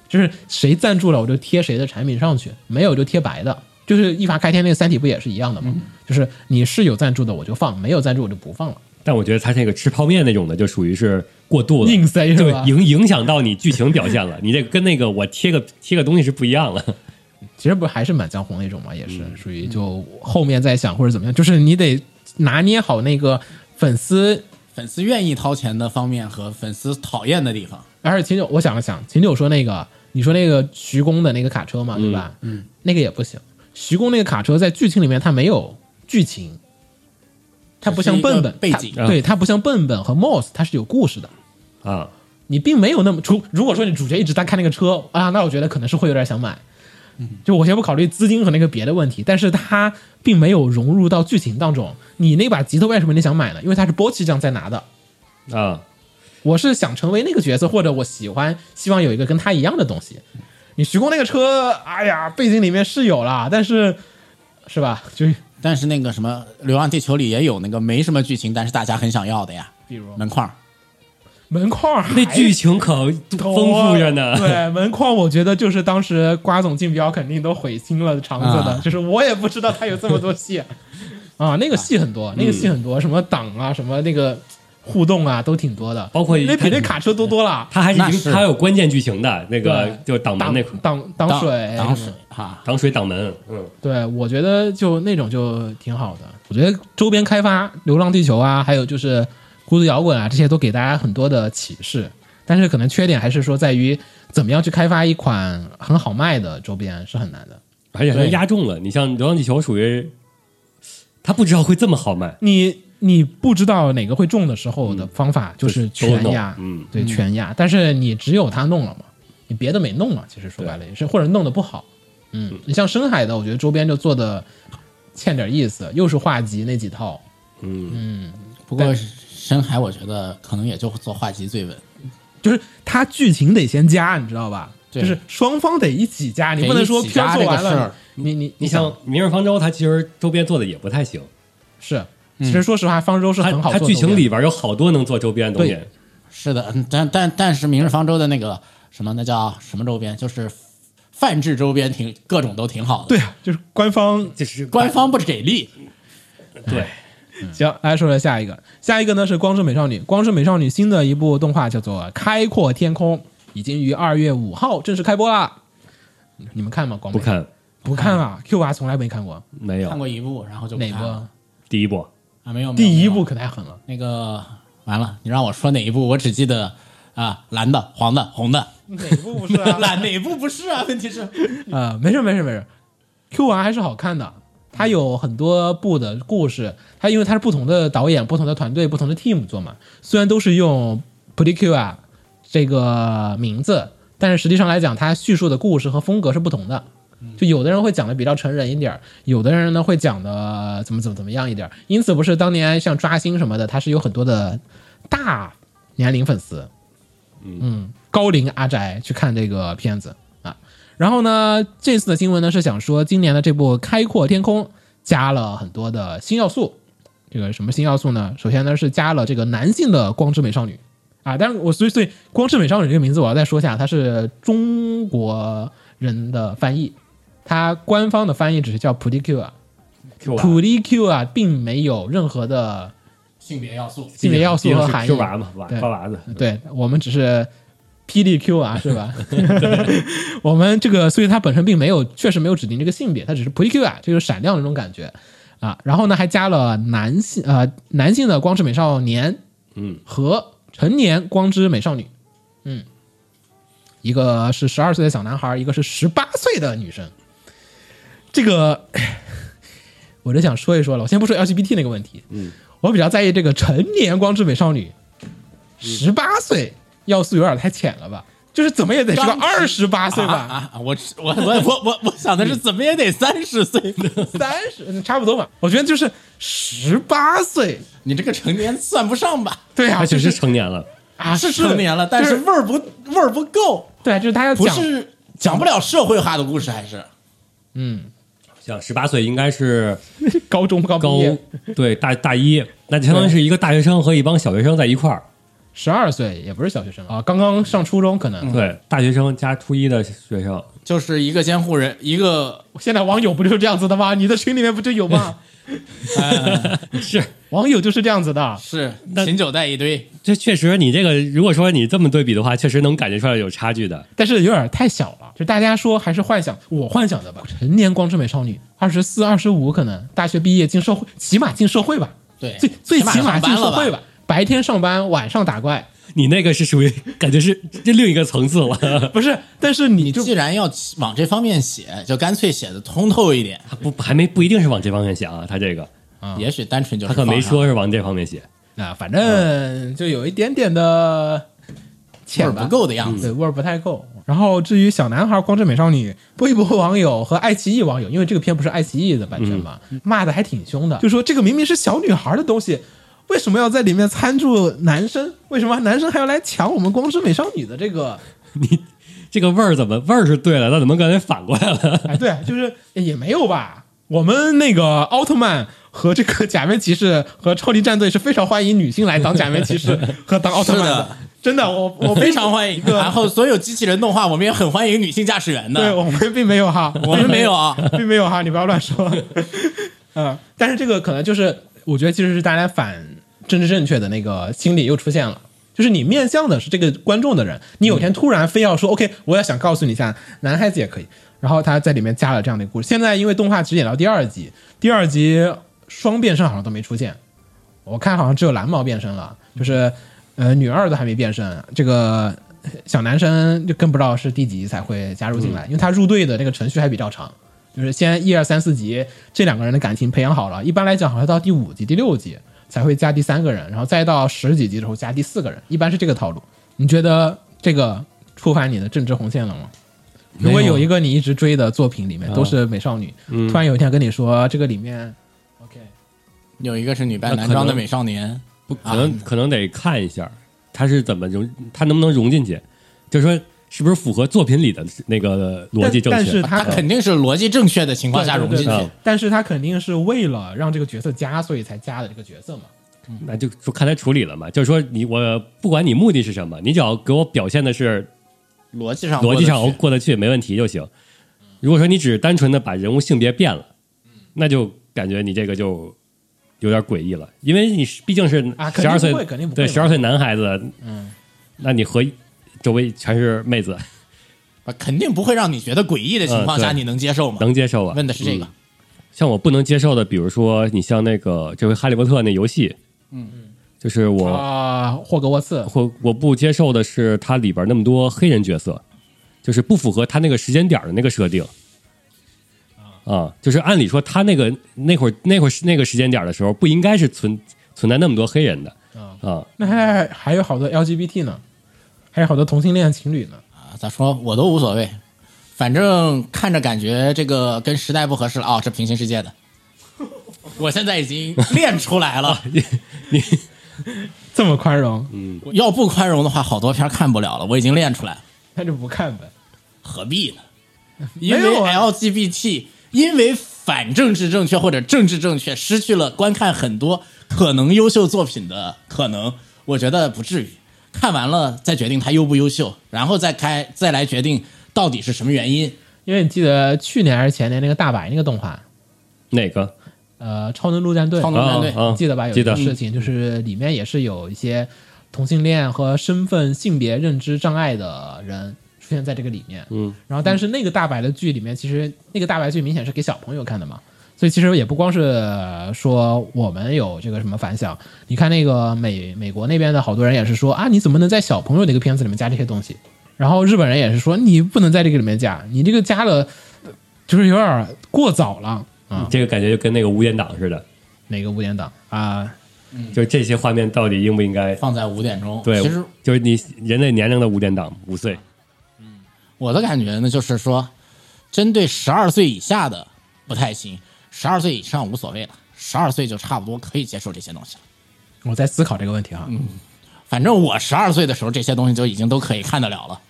S3: 就是谁赞助了我就贴谁的产品上去，没有就贴白的。就是一法开天那个三体不也是一样的吗？就是你是有赞助的我就放，没有赞助我就不放了。
S1: 但我觉得他那个吃泡面那种的，就属于是过度了，
S3: 硬塞是
S1: 就
S3: 吧
S1: 影影响到你剧情表现了。你这个跟那个我贴个贴个东西是不一样了。 *laughs*
S3: 其实不是还是满江红那种嘛，也是
S4: 嗯
S3: 属于就后面再想或者怎么样，就是你得拿捏好那个粉丝。
S4: 粉丝愿意掏钱的方面和粉丝讨厌的地方，
S3: 而且秦九，我想了想，秦九说那个，你说那个徐工的那个卡车嘛，对吧？嗯，那个也不行。徐工那个卡车在剧情里面它没有剧情，它不像笨笨
S4: 它是一个背景
S3: 它对，它不像笨笨和 Moss，它是有故事的。
S1: 啊，
S3: 你并没有那么除，如果说你主角一直单看那个车啊，那我觉得可能是会有点想买。就我先不考虑资金和那个别的问题，但是它并没有融入到剧情当中。你那把吉他为什么你想买呢？因为它是波奇酱在拿的，
S1: 啊，
S3: 我是想成为那个角色，或者我喜欢，希望有一个跟他一样的东西。你徐工那个车，哎呀，背景里面是有啦，但是是吧？就是
S4: 但是那个什么《流浪地球》里也有那个没什么剧情，但是大家很想要的呀，
S3: 比如
S4: 门框儿。
S3: 门框儿
S1: 那
S3: 还
S1: 剧情可
S3: 多
S1: 丰富着 *laughs* 呢。
S3: 啊对门框，我觉得就是当时瓜总竞标肯定都悔青了肠子的，
S4: 啊
S3: 就是我也不知道他有这么多戏
S1: *laughs*
S3: 啊，那个戏很
S1: 嗯
S3: 多，那个戏很多，什么档啊，什么那个互动啊，都挺多的，
S1: 包括
S3: 那比
S1: 它
S3: 那卡车多多了。
S1: 它还是
S4: 那
S1: 已经
S4: 是
S1: 它还有关键剧情的那个，就挡门
S3: 挡
S1: 那块，
S3: 挡挡水，
S4: 挡水啊，
S1: 挡水挡门，嗯，
S3: 对，我觉得就那种就挺好的。我觉得周边开发《流浪地球》啊，还有就是《孤独摇滚》啊，这些都给大家很多的启示。但是可能缺点还是说在于怎么样去开发一款很好卖的周边是很难的。
S1: 而且它压中了。你像《流浪地球》属于，他不知道会这么好卖，
S3: 你你不知道哪个会中的时候的方法就是全压，
S1: 都弄嗯
S3: 对，全压。但是你只有它弄了嘛，你别的没弄嘛。其实说白了也是，或者弄得不好。嗯，你像深海的，我觉得周边就做的欠点意思，又是画集那几套，
S1: 嗯，
S4: 不过深海我觉得可能也就做画集最稳，
S3: 就是它剧情得先加，你知道吧？
S4: 对
S3: 就是双方得一起加，你不能说
S4: 得一起
S3: 片
S4: 加
S3: 儿做完
S4: 这个事儿
S3: 了，你你
S1: 你像《明日方舟》，它其实周边做的也不太行，
S3: 是，
S4: 嗯
S3: 其实说实话，方舟是
S1: 它
S3: 很好
S1: 它
S3: 做的
S1: 剧情
S3: 东西
S1: 里边有好多能做周边的东西
S3: 对，
S4: 是的，嗯但但但是《明日方舟》的那个什么，那叫什么周边，就是泛制周边挺各种都挺好的。
S3: 对，啊，就是官方
S1: 就是
S4: 官方不给力，
S1: 对。
S3: 哎
S4: 嗯
S3: 行，来说说下一个，下一个呢是《光之美少女》。《光之美少女》新的一部动画叫做《开阔天空》，已经于二月五号正式开播啦。你们看吗？光美
S1: 不看，
S3: 不看啊！Q 娃从来没看过
S1: 没
S4: 看
S1: 有
S4: 过一部，然后就不
S3: 哪
S4: 看了
S3: 部？
S1: 第一部，
S4: 啊？没有，没有
S3: 第一
S4: 没
S3: 部
S4: 有
S3: 可太狠了，
S4: 那个完了，你让我说哪一部？我只记得啊，蓝的、黄的、红的，
S3: 哪部不是啊
S4: 蓝 *laughs* 哪部不是啊？问题是，
S3: 呃，没事没事没事，Q 娃还是好看的。它有很多部的故事，它因为它是不同的导演、不同的团队、不同的 team 做嘛，虽然都是用 p r i c u a 这个名字，但是实际上来讲，它叙述的故事和风格是不同的。就有的人会讲的比较成人一点儿，有的人呢会讲的怎么怎么怎么样一点儿。因此，不是当年像抓星什么的，它是有很多的大年龄粉丝，嗯，高龄阿宅去看这个片子啊。然后呢，这次的新闻呢是想说，今年的这部《开阔天空》加了很多的新要素，这个什么新要素呢？首先呢是加了这个男性的光之美少女啊，但是我所以所以光之美少女这个名字我要再说一下，它是中国人的翻译，它官方的翻译只是叫 p u t i c u a
S1: Q
S3: p
S1: 娃
S3: u t i c u a 啊并没有任何的
S4: 性别要素，
S3: 性别要素和含义
S1: 毕竟是 Q 娃嘛，娃
S3: 对
S1: 瓜娃子，
S3: 对我们只是 PDQ 啊，是吧？ *laughs* 我们这个，所以它本身并没有，确实没有指定这个性别，它只是 PDQ 啊，这就是闪亮的那种感觉啊。然后呢，还加了男性呃男性的光之美少年，
S1: 嗯，
S3: 和成年光之美少女，嗯，一个是十二岁的小男孩，一个是十八岁的女生。这个 *laughs* 我就想说一说了，我先不说 LGBT 那个问题，嗯，我比较在意这个成年光之美少女，十八岁要素有点太浅了吧？就是怎么也得是个
S4: 刚
S3: 二十八岁吧？
S4: 啊啊！我我我我我我想的是，怎么也得三十岁，
S3: 三十嗯差不多吧？我觉得就是十八岁，
S4: *laughs* 你这个成年算不上吧？
S3: 对啊，
S1: 他
S3: 就
S1: 只
S3: 是
S1: 是成年了，
S3: 啊，
S4: 是成年了，但
S3: 就是
S4: 味儿不味儿不够，
S3: 对，啊就是他要
S4: 不
S3: 讲，
S4: 是讲不了社会化的故事，还是
S3: 嗯，
S1: 像十八岁应该是
S3: 高中刚毕
S1: 高
S3: 业，
S1: 对大大一，那相当于是一个大学生和一帮小学生在一块儿，
S3: 十二岁也不是小学生啊，刚刚上初中可能。
S1: 对，大学生加初一的
S3: *laughs*
S1: 学生，
S4: 就是一个监护人，一 *laughs* 个
S3: 现在网友不就是这样子的吗？你的群里面不就
S4: *laughs*
S3: 有吗？
S1: 是
S3: 网友就是这样子的，
S4: 呃是
S1: 那
S4: 秦九带一堆，
S1: 这确实你这个如果说你这么对比的话，确实能感觉出来有差距的。
S3: 但是有点太小了。就大家说还是幻想，我幻想的吧。成年光之美少女，二十四、二十五可能大学毕业进社会，起码进社会吧，
S4: 对，
S3: 最最起码
S4: 上
S3: 进
S4: 班
S3: 社
S4: 了
S3: 会
S4: 吧？
S3: 吧。白天上班，晚上打怪，
S1: 你那个是属于感觉是这另一个层次了， *laughs*
S3: 不是？但是你就
S4: 既然要往这方面写，就干脆写的通透一点。
S1: 他不还没不一定是往这方面想啊，他这个
S4: 也许单纯就是
S1: 他可没
S4: 放上
S1: 说是往这方面写，
S3: 啊，反正就有一点点的
S4: 味儿
S3: 浅
S4: 嗯
S3: 吧
S4: 不，够的样子。
S3: 啊对，味儿不太够。然后至于小男孩光之美少女，微博网友和爱奇艺网友，因为这个片不是爱奇艺的版权嘛，骂的还挺凶嗯的，就说这个明明是小女孩的东西，为什么要在里面参注男生？为什么男生还要来抢我们光之美少女的这个？
S1: 这个味儿怎么味儿是对了，那怎么感觉反过来了？
S3: 哎，对，就是 *laughs* 也没有吧。我们那个奥特曼和这个假面骑士和超级战队是非常欢迎女性来当假面骑士 *laughs* 和当奥特曼
S4: 是
S3: 的
S4: 的，
S3: 真的，我我
S4: 我非常欢
S3: 一
S4: 迎，啊
S3: 个
S4: 嗯 *laughs* 然后所有机器人动画，我们也很欢迎女性驾驶员
S3: 对
S4: 的。
S3: 我们并没
S4: *laughs*
S3: 有哈，
S4: 我们没有啊，
S3: *laughs* 并没有哈，你不要
S4: *laughs*
S3: 乱说。嗯，但是这个可能就是，我觉得其实是大家反政治正确的那个心理又出现了。就是你面向的是这个观众的人，
S4: 嗯
S3: 你有一天突然非要说、o k 我也想告诉你一下，男孩子也可以。”然后他在里面加了这样的一个故事。现在因为动画只演到第二集，第二集双变身好像都没出现，我看好像只有蓝毛变身了，就是呃女二都还没变身，这个小男生就更不知道是第几集才会加入进
S1: 嗯
S3: 来，因为他入队的这个程序还比较长，就是先一二三四集这两个人的感情培养好了，一般来讲好像到第五集、第六集才会加第三个人，然后再到十几集之后加第四个人，一般是这个套路。你觉得这个触犯你的政治红线了吗？
S1: 嗯
S3: 如果有一个你一直追的作品里面都是美少女，突然有一天跟你说这个里面，OK，
S4: 有一个是女扮
S1: 那
S4: 男
S1: 可
S4: 装的
S1: 能
S4: 美少年，
S1: 不
S3: 啊
S1: 可能，可能得看一下他是怎么融，他能不能融进去，就是说是不是符合作品里的那个逻辑正确？
S3: 但但是
S4: 他
S3: 他
S4: 肯定是逻辑正确的情况下融进
S3: 对对对
S4: 去
S1: 嗯。
S3: 但是他肯定是为了让这个角色加，所以才加的这个角色嘛。
S1: 那就说看他处理了嘛，就是说你我不管你目的是什么，你只要给我表现的是
S4: 逻辑上
S1: 逻辑上
S4: 过得去
S1: 过得去没问题就行。如果说你只是单纯的把人物性别变了，那就感觉你这个就有点诡异了，因为你是毕竟是
S3: 啊肯
S1: 十
S3: 定
S1: 二岁，
S3: 不会肯定不会
S1: 对
S3: 嘛
S1: 十二岁男孩子，嗯，那你和周围全是妹子，
S4: 肯定不会让你觉得诡异的情况下，呃
S1: 嗯对
S4: 你能接受吗？
S1: 能接受啊？
S4: 问的是这个
S1: 嗯，像我不能接受的，比如说你像那个这回《哈利波特》那游戏，嗯，就是我、
S3: 啊、霍格沃茨
S1: 或我不接受的是它里边那么多黑人角色，就是不符合他那个时间点的那个设定。啊，就是按理说他那个那会儿那会儿是那个时间点的时候，不应该是存存在那么多黑人的
S4: 嗯
S3: 啊，
S1: 啊。
S3: 那还还有好多 LGBT 呢，还有好多同性恋情侣呢。
S4: 啊，咋说我都无所谓，反正看着感觉这个跟时代不合适了啊、这平行世界的。我现在已经练出来了，
S3: 这么宽容，
S4: 嗯要不宽容的话，好多片儿看不了了。我已经练出来了，
S3: 那就不看呗。
S4: 何必呢？因为哎
S3: 没有啊
S4: LGBT，因为反政治正确或者政治正确，失去了观看很多可能优秀作品的可能，我觉得不至于。看完了再决定它优不优秀，然后再开再来决定到底是什么原因。
S3: 因为你记得去年还是前年那个大白那个动画，
S1: 哪个？
S3: 呃，超能陆战队，
S4: 超能陆战队
S1: 啊啊
S3: 记得吧？有
S1: 记
S3: 一
S1: 得
S3: 个事情，就是里面也是有一些同性恋和身份性别认知障碍的人出现在这个里面。
S1: 嗯，
S3: 然后但是那个大白的剧里面，其实那个大白剧明显是给小朋友看的嘛，所以其实也不光是说我们有这个什么反响。你看那个美美国那边的好多人也是说啊，你怎么能在小朋友那个片子里面加这些东西？然后日本人也是说你不能在这个里面加，你这个加了呃就是有点儿过早了。啊、
S1: 这个感觉就跟那个无间党似的，
S3: 哪个五点档啊？
S1: 就是这些画面到底应不应该？
S4: 放在五点钟，
S1: 对，
S4: 其实
S1: 就是你人类年龄的无间党，五岁。
S4: 我的感觉呢，就是说，针对十二岁以下的不太行，十二岁以上无所谓了，十二岁就差不多可以接受这些东西了。
S3: 我在思考这个问题
S4: 嗯
S3: 哈。
S4: 反正我十二岁的时候，这些东西就已经都可以看得了了，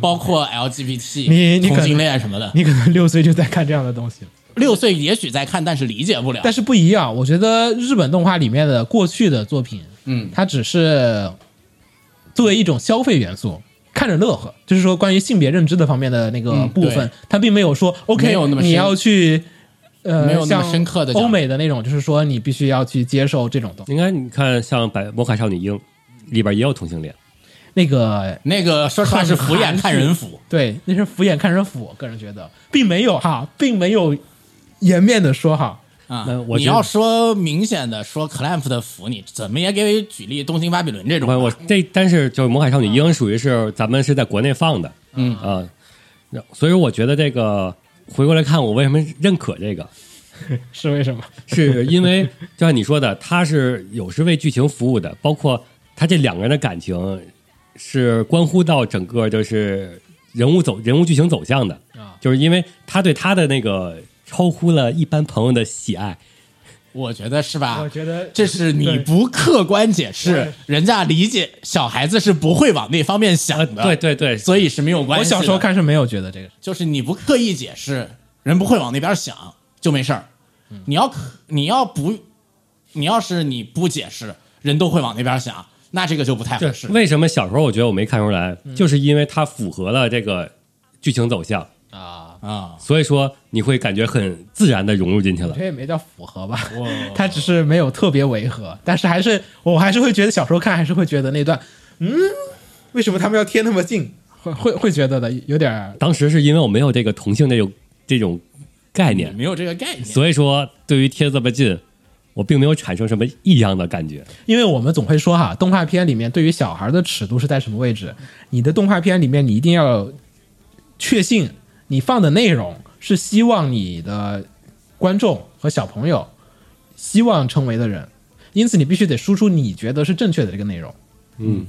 S4: 包括 LGBT、
S3: 你你可能
S4: 同性恋什么的。
S3: 你可能六岁就在看这样的东
S4: *laughs*
S3: 西了，
S4: 六岁也许在看，但是理解不了。
S3: 但是不一样。我觉得日本动画里面的过去的作品，
S4: 嗯，
S3: 它只是作为一种消费元素。看着乐呵，就是说关于性别认知的方面的那个
S4: 嗯
S3: 部分，
S4: 对
S3: 它并没有说 OK，
S4: 没有那么深
S3: 你要去呃，
S4: 没有那么
S3: 像
S4: 深刻地讲
S3: 欧美的那种，就是说你必须要去接受这种东西。
S1: 应该你看像《百魔卡少女樱》里边也有同性恋，
S3: 那个
S4: 那个说实话是敷衍看人服，
S3: 对，那是敷衍看人腐，我个人觉得并没有哈，并没有颜面的说哈，
S4: 啊
S1: 那我觉得
S4: 你要说明显的说 clamp 的服，你怎么也给举例《东京巴比伦》这种吧。
S1: 我我这但是就是《魔海少女樱》属于是咱们是在国内放的，嗯啊，那所以我觉得这个回过来看，我为什么认可这个，
S3: 是为什么？
S1: 是因为就像你说的，它是有是为剧情服务的，包括他这两个人的感情是关乎到整个就是人物走人物剧情走向的
S3: 啊，
S1: 就是因为他对他的那个超乎了一般朋友的喜爱，
S4: 我觉得是吧？
S3: 我觉得
S4: 啊这是你
S3: 对
S4: 不客观解释
S3: 对，
S4: 人家理解小孩子是不会往那方面想
S1: 啊，
S4: 的。
S1: 对，对对，
S4: 所以是没有关
S3: 我
S4: 系的。
S3: 小时候看是没有觉得这个，
S4: 就是你不刻意解释，人不会往那边想，就没事儿。你要可你要不，你要是你不解释，人都会往那边想，那这个就不太合
S1: 对，
S4: 适。
S1: 为什么小时候我觉得我没看出来，
S3: 嗯
S1: 就是因为它符合了这个剧情走向，
S4: 啊，
S1: 所以说你会感觉很自然的融入进去了
S3: 这。也没叫符合吧， *laughs* 它只是没有特别违和，但是还是我还是会觉得小时候看还是会觉得那段，嗯，为什么他们要贴那么近？会会会觉得的，有点儿
S1: 当时是因为我没有这个同性这种这种概
S4: 你
S3: 嗯
S1: 念，
S4: 没有这个概念。
S1: 所以说对于贴这么近，我并没有产生什么异样的感觉。
S3: 因为我们总会说哈，动画片里面对于小孩的尺度是在什么位置？你的动画片里面，你一定要确信你放的内容是希望你的观众和小朋友希望成为的人，因此你必须得输出你觉得是正确的这个内容。
S1: 嗯，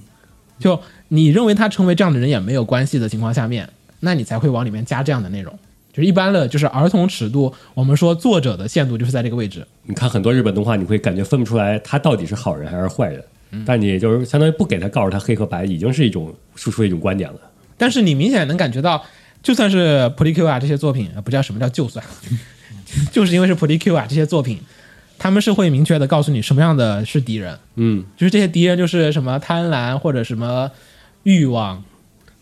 S3: 就你认为他成为这样的人也没有关系的情况下面，那你才会往里面加这样的内容。就是一般的，就是儿童尺度，我们说作者的限度就是在这个位置。
S1: 你看很多日本动画，你会感觉分不出来他到底是好人还是坏人，
S3: 嗯
S1: 但你就是相当于不给他告诉他黑和白，已经是一种输出一种观点了。
S3: 但是你明显能感觉到，就算是 p r i Q 啊这些作品，呃不叫什么叫就算， *laughs* 就是因为是 p r i Q 啊这些作品，他们是会明确的告诉你什么样的是敌人，
S1: 嗯，
S3: 就是这些敌人就是什么贪婪或者什么欲望，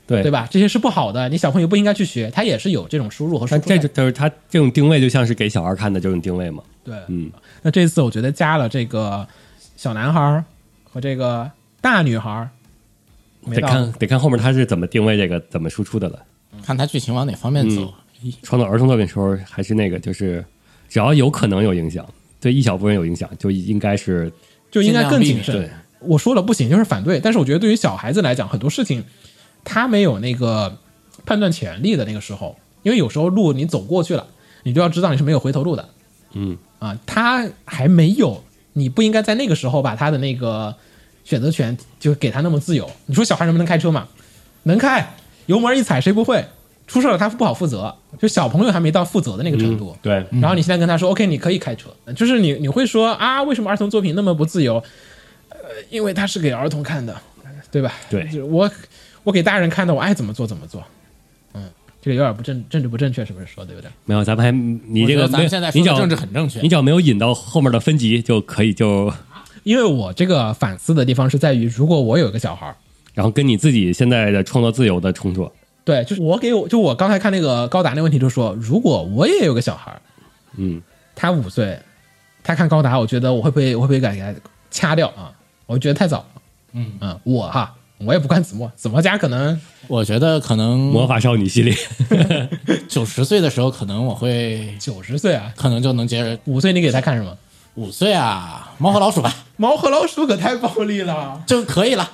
S1: 对
S3: 对？吧？这些是不好的，你小朋友不应该去学，他也是有这种输入和输
S1: 但
S3: 出
S1: 这
S3: 的。
S1: 就就是他这种定位，就像是给小孩看的这种定位嘛。
S3: 对，
S1: 嗯，
S3: 那这次我觉得加了这个小男孩儿和这个大女孩儿，没
S1: 得
S3: 到
S1: 看得看后面他是怎么定位这个，怎么输出的了。
S4: 看他剧情往哪方面走。
S1: 创作儿童作品的时候，还是那个，就是只要有可能有影响，对一小部分人有影响，就应该是
S3: 就应该更谨
S4: 尽
S3: 慎。
S4: 量
S1: 对
S3: 我说了不行就是反对，但是我觉得对于小孩子来讲，很多事情他没有那个判断权利的那个时候，因为有时候路你走过去了，你就要知道你是没有回头路的。
S1: 嗯
S3: 啊，他还没有，你不应该在那个时候把他的那个选择权就给他那么自由。你说小孩能不能开车嘛？能开，油门一踩谁不会？出事了他不好负责，就小朋友还没到负责的那个程度。
S1: 对，
S3: 然后你现在跟他说、o k 你可以开车，就是你你会说啊，为什么儿童作品那么不自由？呃，因为它是给儿童看的，对吧？
S1: 对
S3: 就是我我给大人看的，我爱怎么做怎么做。嗯，这个有点不正政治不正确，是不是说的有点？
S1: 没有，咱们还你
S4: 我
S1: 这
S4: 觉
S1: 个
S4: 得咱
S1: 没有
S4: 们现在说
S1: 你只
S4: 的
S1: 要
S4: 政治很正确
S1: 你，只要没有引到后面的分级就可以就
S3: 因为我这个反思的地方是在于，如果我有一个小孩儿，
S1: 然后跟你自己现在的创作自由的冲突，
S3: 对，就是我给我就我刚才看那个高达那问题，就说如果我也有个小孩儿，
S1: 嗯，
S3: 他五岁，他看高达，我觉得我会不会我会不会给他掐掉啊？我觉得太早了，嗯嗯，我哈我也不管子墨，子墨家可能
S4: 我觉得可能
S1: 魔法少女系列，
S4: 九十岁的时候，可能我会，
S3: 九十岁啊，
S4: 可能就能接着
S3: 五岁你给他看什么？
S4: 五岁啊，猫和老鼠吧，
S3: 猫和老鼠可太暴力了！
S4: 就可以了，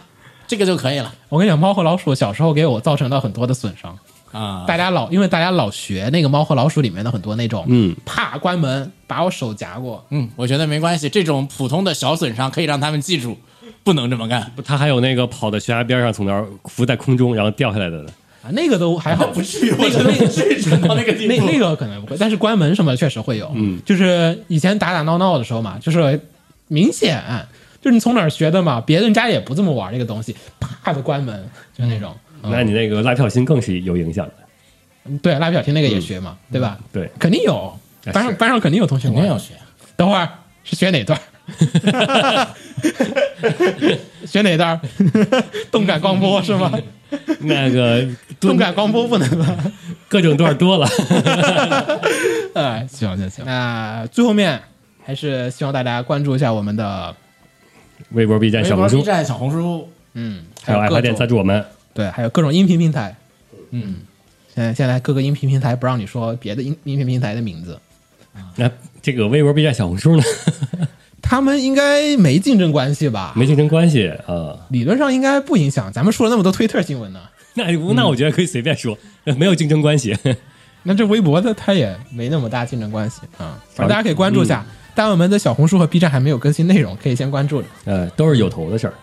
S4: 这个就可以了
S3: 我跟你讲，猫和老鼠小时候给我造成了很多的损伤。
S4: 啊。
S3: 大家老因为大家老学那个猫和老鼠里面的很多那种，
S1: 嗯，
S3: 啪关门把我手夹过，
S4: 嗯，我觉得没关系，这种普通的小损伤可以让他们记住，不能这么干。
S1: 他还有那个跑到悬崖边上，从那儿浮在空中，然后掉下来的呢。
S3: 啊，那个都还好，不
S4: 至于
S3: 那
S4: *laughs* 我觉
S3: 个
S4: 得
S3: 那个
S4: 不至于蠢到那个地步
S3: 那那个可能不会，但是关门什么的确实会有。
S1: 嗯，
S3: 就是以前打打闹闹的时候嘛，就是明显就是你从哪儿学的嘛，别人家也不这么玩这个东西，啪的关门就那种。
S1: 那你那个拉票心更是有影响的。
S3: 嗯对，蜡笔小新那个也学嘛，对吧？
S1: 对，
S3: 肯定有，
S1: 哎
S3: 班上
S1: 嗯是
S3: 班上肯定有同学
S4: 肯定
S3: 玩。
S4: 要学，
S3: *laughs* 等会儿是学哪段儿？ *laughs* 学哪段儿？ *laughs* 动感光波是吗？
S1: 那个
S3: 动感光波不
S4: *laughs*
S3: 能吧？
S1: 各种段多了，
S3: *laughs* 哎，行行行。那最后面还是希望大家关注一下我们的，
S1: 微博、B 站、
S4: 微
S1: 小
S4: 博、
S1: 红
S4: B
S1: 书，
S4: 站、小红书，
S3: 嗯，
S1: 还有爱
S3: 各
S1: 发电
S3: 种
S1: 赞助我们。
S3: 对，还有各种音频平台。
S4: 嗯，
S3: 现在现在各个音频平台不让你说别的音音频平台的名字，
S1: 那这个微博、B 站、小红书呢，
S3: 他们应该没竞争关系吧？
S1: 没竞争关系啊。
S3: 理论上应该不影响。咱们说了那么多推特新闻呢，
S1: 那那我觉得可以随便说，呃没有竞争关系。 *laughs*
S3: 那这微博的它也没那么大竞争关系啊，反正大家可以关注一下。但我们的小红书和 B 站还没有更新内容，可以先关注着。
S1: 呃，都是有头的事儿。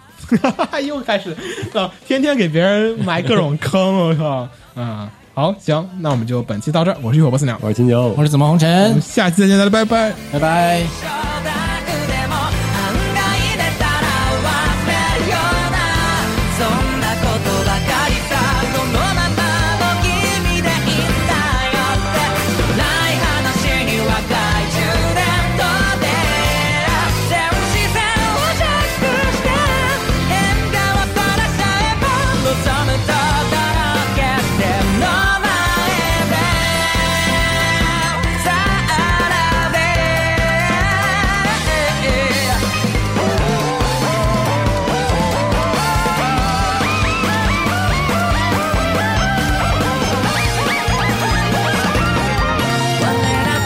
S3: *laughs* 又开始啊，天天给别人埋各种坑， *laughs* 我靠！嗯，好，行，那我们就本期到这儿，我是浴火不死鸟，
S1: 我是金牛
S4: 我，是紫梦红
S3: 我们
S4: 尘，
S3: 下期再见，大家拜拜。
S4: 拜拜。
S5: 承諾でも案外出たら忘れるようなそんなことばかりさこのままの君でいいんだよってない話には懐中電灯で全自然をジャックして変化をそらしちゃえば望むところ決定の前でさあ並べ yeah.「我ら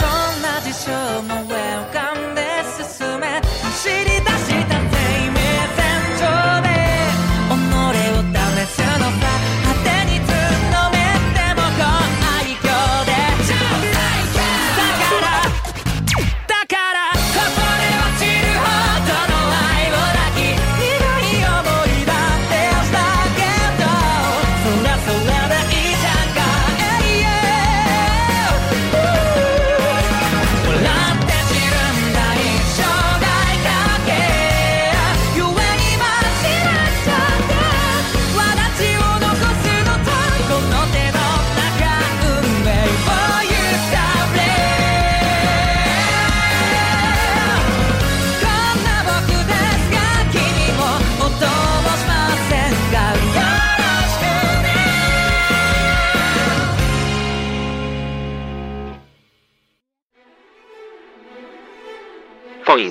S5: どんな事象もウェルカムで進め」「走り出した生命線上で」「己を試すのさ」「果てにつのめてもこの愛嬌で」「だからだからこぼれ落ちるほどの愛を抱き」「苦い思いだってしたけど」「そらそらでいいじゃんか永遠」「笑って散るんだ一生涯かけ」「故に待ちなっちゃって」「わだちを残すのとこの手の中運命を揺さぶれ」「こんな僕ですが君も音をしませんがよろしくね」
S6: 放映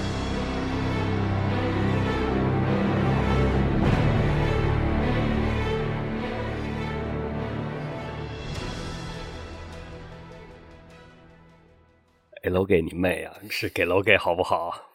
S1: 给楼给你妹啊！是给楼给好不好？